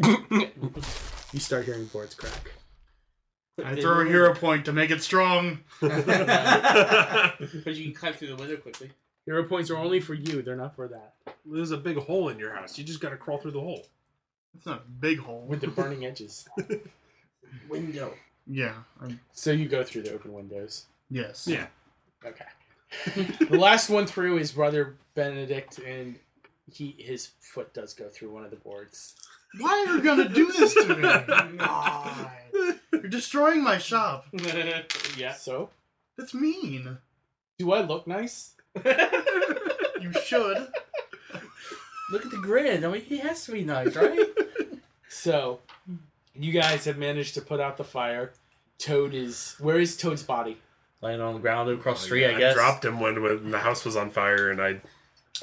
[SPEAKER 10] you start hearing boards crack.
[SPEAKER 5] I throw a hero point to make it strong.
[SPEAKER 6] Because you can climb through the window quickly.
[SPEAKER 10] Hero points are only for you, they're not for that.
[SPEAKER 13] There's a big hole in your house. You just gotta crawl through the hole.
[SPEAKER 5] It's not a big hole.
[SPEAKER 10] With the burning edges.
[SPEAKER 6] Window.
[SPEAKER 5] Yeah. i
[SPEAKER 10] So you go through the open windows.
[SPEAKER 5] yes.
[SPEAKER 10] Yeah. Okay. the last one through is Brother Benedict, and he his foot does go through one of the boards.
[SPEAKER 5] Why are you gonna do this to me? God. You're destroying my shop.
[SPEAKER 10] yeah. So
[SPEAKER 5] That's mean.
[SPEAKER 10] do I look nice?
[SPEAKER 5] You should.
[SPEAKER 6] Look at the grid. I mean, he has to be nice, right?
[SPEAKER 10] So you guys have managed to put out the fire. Toad is where is Toad's body?
[SPEAKER 6] Laying on the ground across the street, I
[SPEAKER 13] Oh, I
[SPEAKER 6] guess.
[SPEAKER 13] dropped him when, when the house was on fire, and I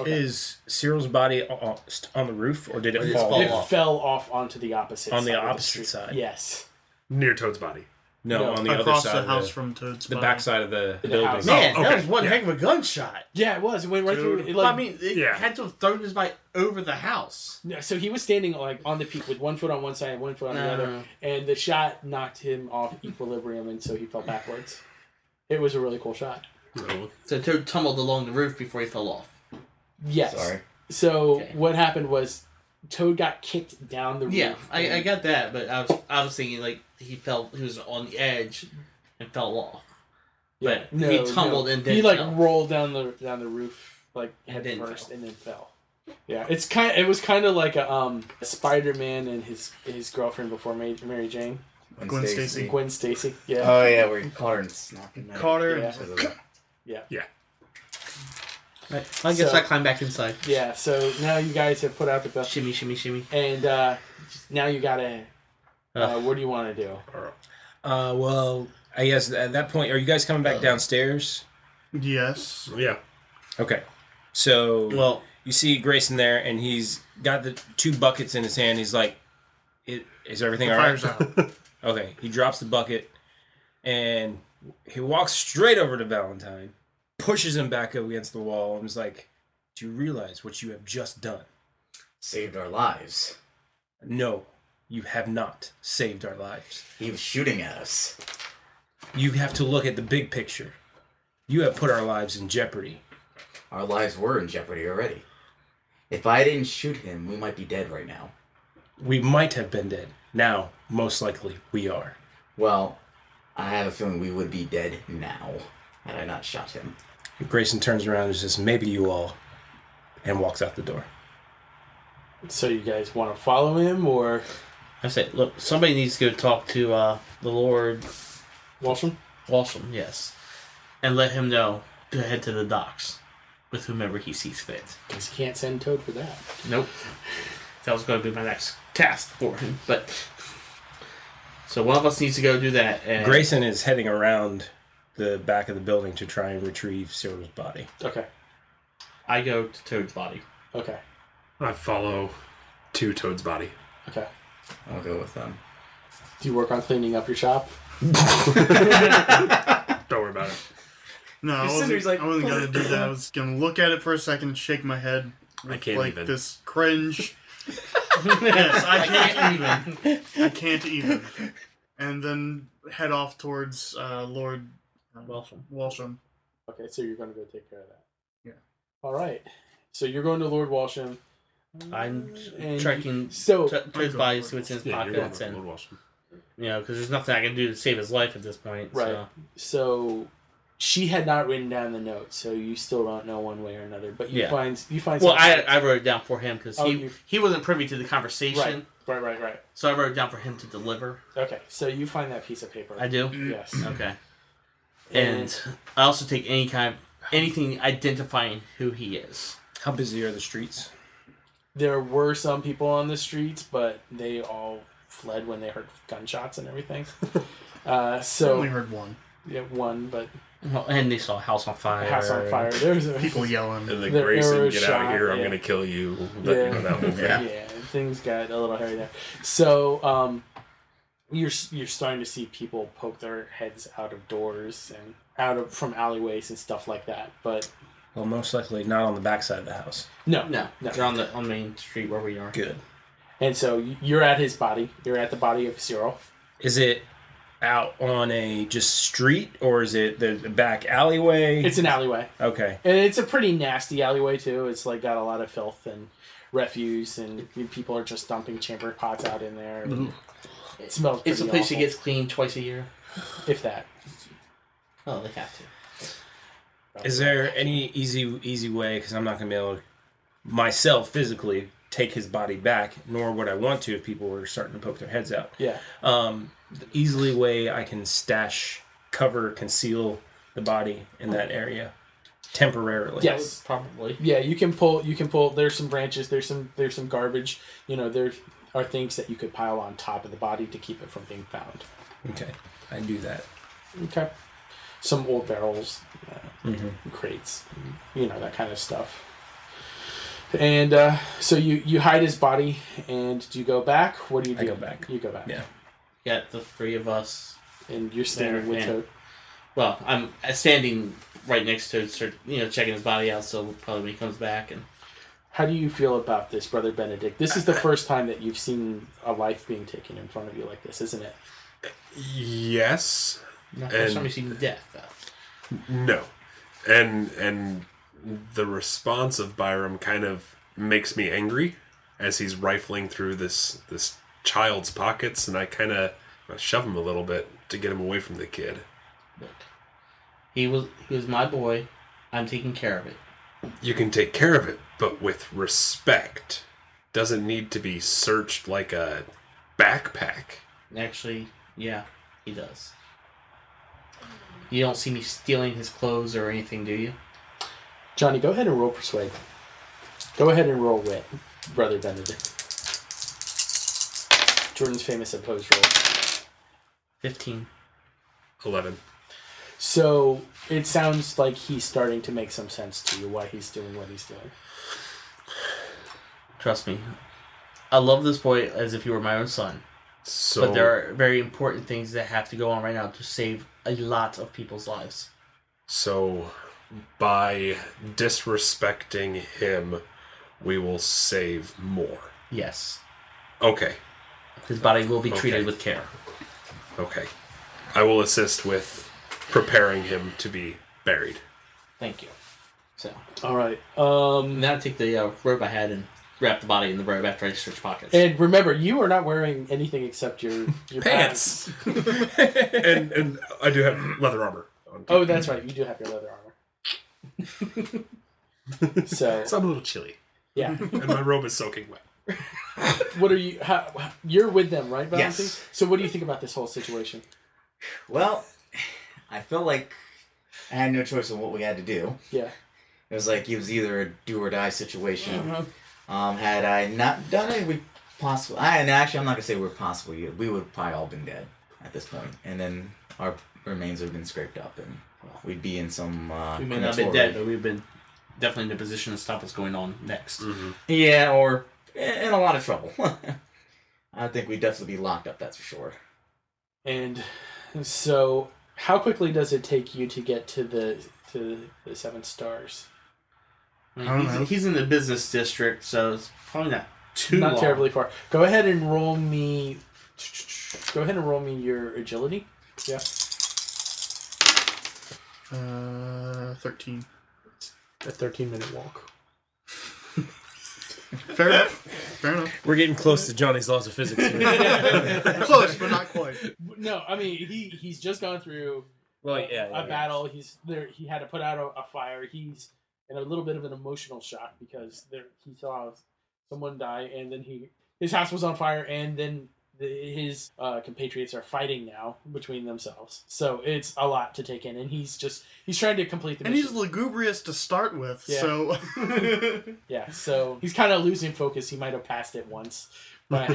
[SPEAKER 3] Is Cyril's body o- o- st- on the roof, or did it, fall,
[SPEAKER 10] it
[SPEAKER 3] off?
[SPEAKER 10] fell off onto the opposite
[SPEAKER 3] On the
[SPEAKER 10] side of
[SPEAKER 3] opposite
[SPEAKER 10] street.
[SPEAKER 3] side.
[SPEAKER 10] Yes.
[SPEAKER 13] near Toad's body.
[SPEAKER 3] No,
[SPEAKER 10] No.
[SPEAKER 3] on the
[SPEAKER 5] Across
[SPEAKER 3] other
[SPEAKER 5] the
[SPEAKER 3] side.
[SPEAKER 5] house
[SPEAKER 3] of the,
[SPEAKER 5] from Toad's
[SPEAKER 3] the
[SPEAKER 5] body.
[SPEAKER 3] back side of the,
[SPEAKER 10] The
[SPEAKER 3] building.
[SPEAKER 10] house.
[SPEAKER 6] Man,
[SPEAKER 13] Oh,
[SPEAKER 6] that
[SPEAKER 13] okay.
[SPEAKER 6] was one
[SPEAKER 13] Yeah.
[SPEAKER 6] heck of a gunshot.
[SPEAKER 10] Yeah, it was. It went right through. It,
[SPEAKER 6] Well,
[SPEAKER 10] like,
[SPEAKER 6] I mean, it
[SPEAKER 13] Yeah.
[SPEAKER 6] had to have thrown his bike over the house.
[SPEAKER 10] No, so he was standing like on the peak with one foot on one side and one foot on the
[SPEAKER 6] Uh-huh.
[SPEAKER 10] other, and the shot knocked him off equilibrium, and so he fell backwards. It was a really cool shot.
[SPEAKER 6] So Toad tumbled along the roof before he fell off.
[SPEAKER 10] Yes.
[SPEAKER 4] Sorry.
[SPEAKER 10] So
[SPEAKER 6] Okay.
[SPEAKER 10] what happened was Toad got kicked down the
[SPEAKER 6] Yeah,
[SPEAKER 10] roof.
[SPEAKER 6] I, I got that, but I was I was thinking like he fell, he was on the edge, and fell off. But
[SPEAKER 10] No,
[SPEAKER 6] he tumbled
[SPEAKER 10] no.
[SPEAKER 6] and then
[SPEAKER 10] he like
[SPEAKER 6] fell.
[SPEAKER 10] rolled down the down the roof like
[SPEAKER 6] And
[SPEAKER 10] head
[SPEAKER 6] then
[SPEAKER 10] first
[SPEAKER 6] fell.
[SPEAKER 10] and then fell. Yeah, it's kind. it was kind of like a um Spider Man and his his girlfriend before Ma- Mary Jane,
[SPEAKER 4] Gwen
[SPEAKER 5] Gwen
[SPEAKER 4] Stacy.
[SPEAKER 5] Stacy.
[SPEAKER 10] Gwen Stacy. Yeah.
[SPEAKER 4] Oh yeah, where he caught her and snapped him.
[SPEAKER 5] Caught her.
[SPEAKER 10] Yeah.
[SPEAKER 6] Right, I guess
[SPEAKER 10] So-
[SPEAKER 6] I climbed back inside.
[SPEAKER 10] yeah. So now you guys have put out the best.
[SPEAKER 6] Shimmy, shimmy, shimmy.
[SPEAKER 10] And uh, now you gotta. Uh,
[SPEAKER 6] Ugh.
[SPEAKER 10] what do you want to do?
[SPEAKER 3] Uh, well, I guess at that point, are you guys coming back downstairs?
[SPEAKER 5] Yes.
[SPEAKER 13] Yeah.
[SPEAKER 3] Okay. So
[SPEAKER 6] Well,
[SPEAKER 3] You see Grayson there, and he's got the two buckets in his hand. He's like, "I- "Is everything
[SPEAKER 5] The
[SPEAKER 3] all right?"
[SPEAKER 5] fire's out.
[SPEAKER 3] okay, he drops the bucket, and he walks straight over to Valentine, pushes him back up against the wall, and is like, "Do you realize what you have just done?
[SPEAKER 4] Saved our lives."
[SPEAKER 3] No, you have not saved our lives.
[SPEAKER 4] He was shooting at us.
[SPEAKER 3] You have to look at the big picture. You have put our lives in jeopardy.
[SPEAKER 4] Our lives were in jeopardy already. If I didn't shoot him, we might be dead right now.
[SPEAKER 3] We might have been dead. Now, most likely, we are.
[SPEAKER 4] Well, I have a feeling we would be dead now had I not shot him.
[SPEAKER 3] Grayson turns around and says, "Maybe you all," and walks out the door.
[SPEAKER 10] So you guys want to follow him, or
[SPEAKER 6] I say, look, somebody needs to go talk to uh, the Lord
[SPEAKER 10] Walsham.
[SPEAKER 6] Walsham, yes, and let him know to head to the docks with whomever he sees fit.
[SPEAKER 10] Because you can't send Toad for that.
[SPEAKER 6] Nope, that was going to be my next task for him, but so one of us needs to go do that. And
[SPEAKER 3] Grayson is heading around the back of the building to try and retrieve Cyril's body.
[SPEAKER 10] Okay.
[SPEAKER 6] I go to Toad's body.
[SPEAKER 10] Okay.
[SPEAKER 13] I follow to Toad's body.
[SPEAKER 10] Okay.
[SPEAKER 4] I'll go with um, them.
[SPEAKER 10] Do you work on cleaning up your shop?
[SPEAKER 13] Don't worry about it.
[SPEAKER 5] No, I
[SPEAKER 13] Your
[SPEAKER 5] wasn't,
[SPEAKER 13] cinder's like,
[SPEAKER 5] I wasn't gonna
[SPEAKER 13] "What?"
[SPEAKER 5] do that. I was gonna look at it for a second, shake my head with
[SPEAKER 13] can't
[SPEAKER 5] like
[SPEAKER 13] even.
[SPEAKER 5] this cringe. yes, I can't even. I can't even. And then head off towards uh, Lord uh,
[SPEAKER 6] Walsham.
[SPEAKER 5] Walsham.
[SPEAKER 10] Okay, so you're going to go take care of that.
[SPEAKER 5] Yeah.
[SPEAKER 10] All right. So you're going to Lord Walsham.
[SPEAKER 6] I'm
[SPEAKER 10] And Oh,
[SPEAKER 6] tracking
[SPEAKER 10] so
[SPEAKER 6] To- Toad's body, see what's in his
[SPEAKER 13] Yeah, you're going
[SPEAKER 6] pockets,
[SPEAKER 13] to Lord
[SPEAKER 6] and
[SPEAKER 13] Walsham.
[SPEAKER 6] you know, because there's nothing I can do to save his life at this point.
[SPEAKER 10] Right.
[SPEAKER 6] So.
[SPEAKER 10] So she had not written down the note, so you still don't know one way or another. But you
[SPEAKER 6] Yeah.
[SPEAKER 10] find you find.
[SPEAKER 6] Well, I,
[SPEAKER 10] something-
[SPEAKER 6] I wrote it down for him because
[SPEAKER 10] Oh,
[SPEAKER 6] he,
[SPEAKER 10] you-
[SPEAKER 6] he wasn't privy to the conversation,
[SPEAKER 10] right, right, right, right.
[SPEAKER 6] so I wrote it down for him to deliver.
[SPEAKER 10] Okay, so you find that piece of paper.
[SPEAKER 6] I do.
[SPEAKER 7] Mm-hmm.
[SPEAKER 10] Yes.
[SPEAKER 6] Okay. And I also take any kind, anything identifying who he is.
[SPEAKER 3] How busy are the streets?
[SPEAKER 10] There were some people on the streets, but they all fled when they heard gunshots and everything. uh,
[SPEAKER 5] I
[SPEAKER 10] so
[SPEAKER 5] only heard one.
[SPEAKER 10] yeah, one, but
[SPEAKER 6] Well, and they saw a house on fire.
[SPEAKER 10] house on fire. There's a,
[SPEAKER 5] People yelling.
[SPEAKER 13] And then
[SPEAKER 10] The arrow
[SPEAKER 13] Grayson, get out
[SPEAKER 10] shot,
[SPEAKER 13] of here. I'm
[SPEAKER 10] yeah.
[SPEAKER 13] going to kill you. Let you know that whole thing.
[SPEAKER 10] yeah. things got a little hairy there. So, um, you're you're starting to see people poke their heads out of doors and out of from alleyways and stuff like that. But
[SPEAKER 3] Well, most likely not on the backside of the house.
[SPEAKER 10] no,
[SPEAKER 6] No,
[SPEAKER 10] No.
[SPEAKER 6] they're on the on Main Street where we are.
[SPEAKER 3] Good.
[SPEAKER 10] and so you're at his body. You're at the body of Cyril.
[SPEAKER 3] Is it out on a just street or is it the the back alleyway?
[SPEAKER 10] It's an alleyway,
[SPEAKER 3] okay.
[SPEAKER 10] and it's a pretty nasty alleyway too. It's like got a lot of filth and refuse, and people are just dumping chamber pots out in there.
[SPEAKER 3] Mm-hmm.
[SPEAKER 10] It smells.
[SPEAKER 6] It's a
[SPEAKER 10] pretty
[SPEAKER 6] place
[SPEAKER 10] awful,
[SPEAKER 6] that gets cleaned twice a year.
[SPEAKER 10] if that.
[SPEAKER 6] Oh, they have to.
[SPEAKER 3] Is there any easy easy way? Because I'm not going to be able to myself physically take his body back, nor would I want to if people were starting to poke their heads out.
[SPEAKER 10] Yeah.
[SPEAKER 3] um, the easily way I can stash, cover, conceal the body in that area temporarily.
[SPEAKER 10] Yes.
[SPEAKER 6] Probably.
[SPEAKER 10] yeah you can pull you can pull there's some branches there's some there's some garbage you know there are things that you could pile on top of the body to keep it from being found
[SPEAKER 3] Okay, I do that.
[SPEAKER 10] okay some old barrels uh,
[SPEAKER 3] Mm-hmm.
[SPEAKER 10] crates you know that kind of stuff and uh, so you you hide his body and do you go back what do you do
[SPEAKER 3] I go back.
[SPEAKER 10] you go back
[SPEAKER 3] Yeah.
[SPEAKER 6] Got the three of us.
[SPEAKER 10] and you're standing
[SPEAKER 6] There,
[SPEAKER 10] with
[SPEAKER 6] yeah.
[SPEAKER 10] Toad.
[SPEAKER 6] Well, I'm standing right next to it, sort- you know, checking his body out. So probably when he comes back and
[SPEAKER 10] how do you feel about this brother benedict this is the first time that you've seen a life being taken in front of you like this isn't it
[SPEAKER 13] Yes.
[SPEAKER 6] not the first
[SPEAKER 13] And-
[SPEAKER 6] time he's seen death. Though.
[SPEAKER 13] No. And and the response of Byram kind of makes me angry as he's rifling through this this child's pockets and I kind of shove him a little bit to get him away from the kid.
[SPEAKER 6] Look, he was he was my boy. I'm taking care of it.
[SPEAKER 13] You can take care of it, but with respect. Doesn't need to be searched like a backpack.
[SPEAKER 6] Actually, yeah, he does. You don't see me stealing his clothes or anything, do you?
[SPEAKER 10] Johnny, go ahead and roll persuade. Go ahead and roll wit, brother Benedict. Jordan's famous opposed roll.
[SPEAKER 6] Fifteen.
[SPEAKER 13] 11.
[SPEAKER 10] So it sounds like he's starting to make some sense to you why he's doing what he's doing.
[SPEAKER 6] Trust me. I love this boy as if he were my own son.
[SPEAKER 8] So-
[SPEAKER 6] but there are very important things that have to go on right now to save a lot of people's lives.
[SPEAKER 8] So, by disrespecting him, we will save more.
[SPEAKER 6] Yes.
[SPEAKER 8] Okay.
[SPEAKER 6] His body will be treated with care.
[SPEAKER 8] Okay. I will assist with preparing him to be buried.
[SPEAKER 6] Thank you. So.
[SPEAKER 7] All right. Um.
[SPEAKER 6] Now take the uh, rope I had and wrap the body in the rope after I search pockets.
[SPEAKER 7] And remember, you are not wearing anything except your, your pants.
[SPEAKER 8] and and I do have leather armor. On
[SPEAKER 7] Oh, that's right. You do have your leather armor. so.
[SPEAKER 8] So I'm a little chilly.
[SPEAKER 7] Yeah.
[SPEAKER 8] and my robe is soaking wet.
[SPEAKER 7] What are you? How, how- you're with them, right, Valentine?
[SPEAKER 4] Yes.
[SPEAKER 7] So, what do you think about this whole situation?
[SPEAKER 4] Well, I feel like I had no choice in what we had to do.
[SPEAKER 7] Yeah.
[SPEAKER 4] It was like it was either a do or die situation. Um, had I not done it, we possibly. I and actually, I'm not gonna say we're possibly. We would probably all been dead at this point, and then our remains would have been scraped up, and well, we'd be in some. Uh,
[SPEAKER 6] we may not have been dead, but we've been definitely in a position to stop what's going on next.
[SPEAKER 4] Mm-hmm. Yeah, or eh, in a lot of trouble. I think we'd definitely be locked up. That's for sure.
[SPEAKER 7] And so, how quickly does it take you to get to the to the seven stars?
[SPEAKER 6] I mean, he's, he's in the business district, so it's probably not too
[SPEAKER 7] Not
[SPEAKER 6] long.
[SPEAKER 7] terribly far. Go ahead and roll me. Go ahead and roll me your agility. Yeah.
[SPEAKER 5] Uh, 13.
[SPEAKER 7] A 13 minute walk.
[SPEAKER 5] Fair enough. Fair enough.
[SPEAKER 3] We're getting close to Johnny's laws of physics. Here.
[SPEAKER 5] Close, but not quite.
[SPEAKER 7] No, I mean he he's just gone through
[SPEAKER 3] Well,
[SPEAKER 7] a,
[SPEAKER 3] yeah, yeah,
[SPEAKER 7] a
[SPEAKER 3] yeah.
[SPEAKER 7] battle. He's there. He had to put out a, a fire. He's in a little bit of an emotional shock because there he saw someone die, and then he his house was on fire, and then the, his uh, compatriots are fighting now between themselves. So it's a lot to take in, and he's just he's trying to complete the
[SPEAKER 5] And
[SPEAKER 7] mission.
[SPEAKER 5] he's lugubrious to start with,
[SPEAKER 7] Yeah.
[SPEAKER 5] so.
[SPEAKER 7] yeah, so he's kind of losing focus. He might have passed it once, but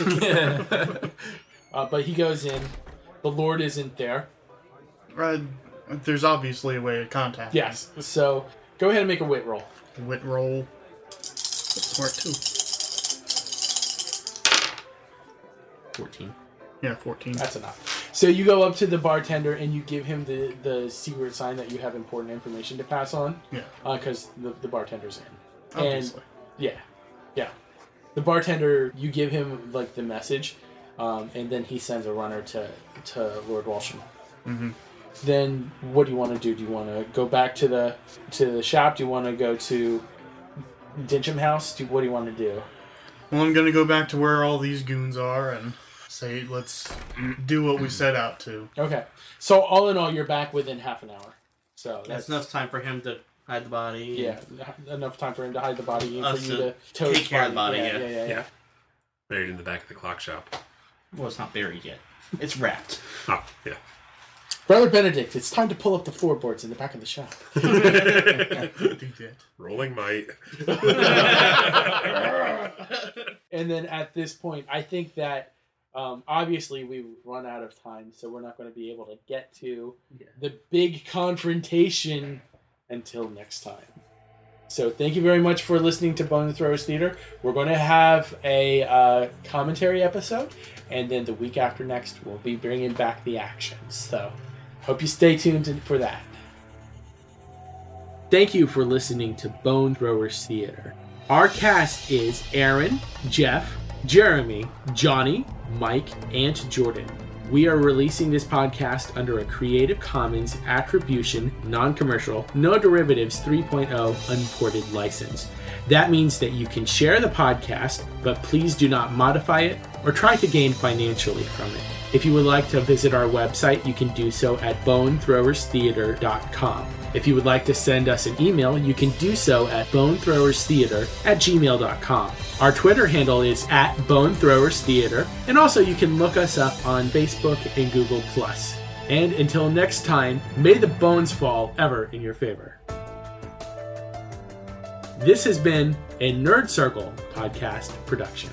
[SPEAKER 7] uh, but he goes in. The Lord isn't there.
[SPEAKER 5] uh, there's obviously a way to contact him.
[SPEAKER 7] Yes. So go ahead and make a wit roll.
[SPEAKER 5] Wit roll. Smart too.
[SPEAKER 6] 14.
[SPEAKER 5] Yeah, 14.
[SPEAKER 7] That's enough. So you go up to the bartender and you give him the, the secret sign that you have important information to pass on.
[SPEAKER 5] Yeah.
[SPEAKER 7] Because the, the bartender's in.
[SPEAKER 5] Obviously.
[SPEAKER 7] And yeah. Yeah. The bartender, you give him like the message, um, and then he sends a runner to, to Lord Walsham.
[SPEAKER 5] Mm-hmm.
[SPEAKER 7] Then what do you want to do? Do you want to go back to the to the shop? Do you want to go to Dincham House? Do what do you want to do?
[SPEAKER 5] Well, I'm gonna go back to where all these goons are and say, let's do what we set out to.
[SPEAKER 7] Okay. So all in all, you're back within half an hour. So
[SPEAKER 6] That's enough time for him to hide the body.
[SPEAKER 7] Yeah, en- enough time for him to hide the body and
[SPEAKER 6] Us
[SPEAKER 7] for you
[SPEAKER 6] to
[SPEAKER 7] to tow
[SPEAKER 6] Uh, take care of the body,
[SPEAKER 7] Yeah, yeah,
[SPEAKER 6] yeah.
[SPEAKER 7] yeah. yeah.
[SPEAKER 8] Buried in the back of the clock shop.
[SPEAKER 6] Well, it's not buried yet. It's wrapped.
[SPEAKER 8] Oh, yeah.
[SPEAKER 7] Brother Benedict, it's time to pull up the floorboards in the back of the shop.
[SPEAKER 8] Rolling might.
[SPEAKER 7] and then at this point, I think that um, obviously we've run out of time, so we're not going to be able to get to the big confrontation until next time. So thank you very much for listening to Bone Throwers Theater. We're going to have a uh, commentary episode, and then the week after next, we'll be bringing back the action. So hope you stay tuned for that. Thank you for listening to Bone Throwers Theater. Our cast is Aaron, Jeff, Jeremy, Johnny, Mike, and Jordan. We are releasing this podcast under a Creative Commons Attribution, Non Commercial, No Derivatives 3.0 Unported license. That means that you can share the podcast, but please do not modify it or try to gain financially from it. If you would like to visit our website, you can do so at bonethrowerstheater.com. If you would like to send us an email, you can do so at bonethrowerstheater at gmail.com. Our Twitter handle is at bonethrowerstheater, and also you can look us up on Facebook and Google+. And until next time, may the bones fall ever in your favor. This has been a Nerd Circle podcast production.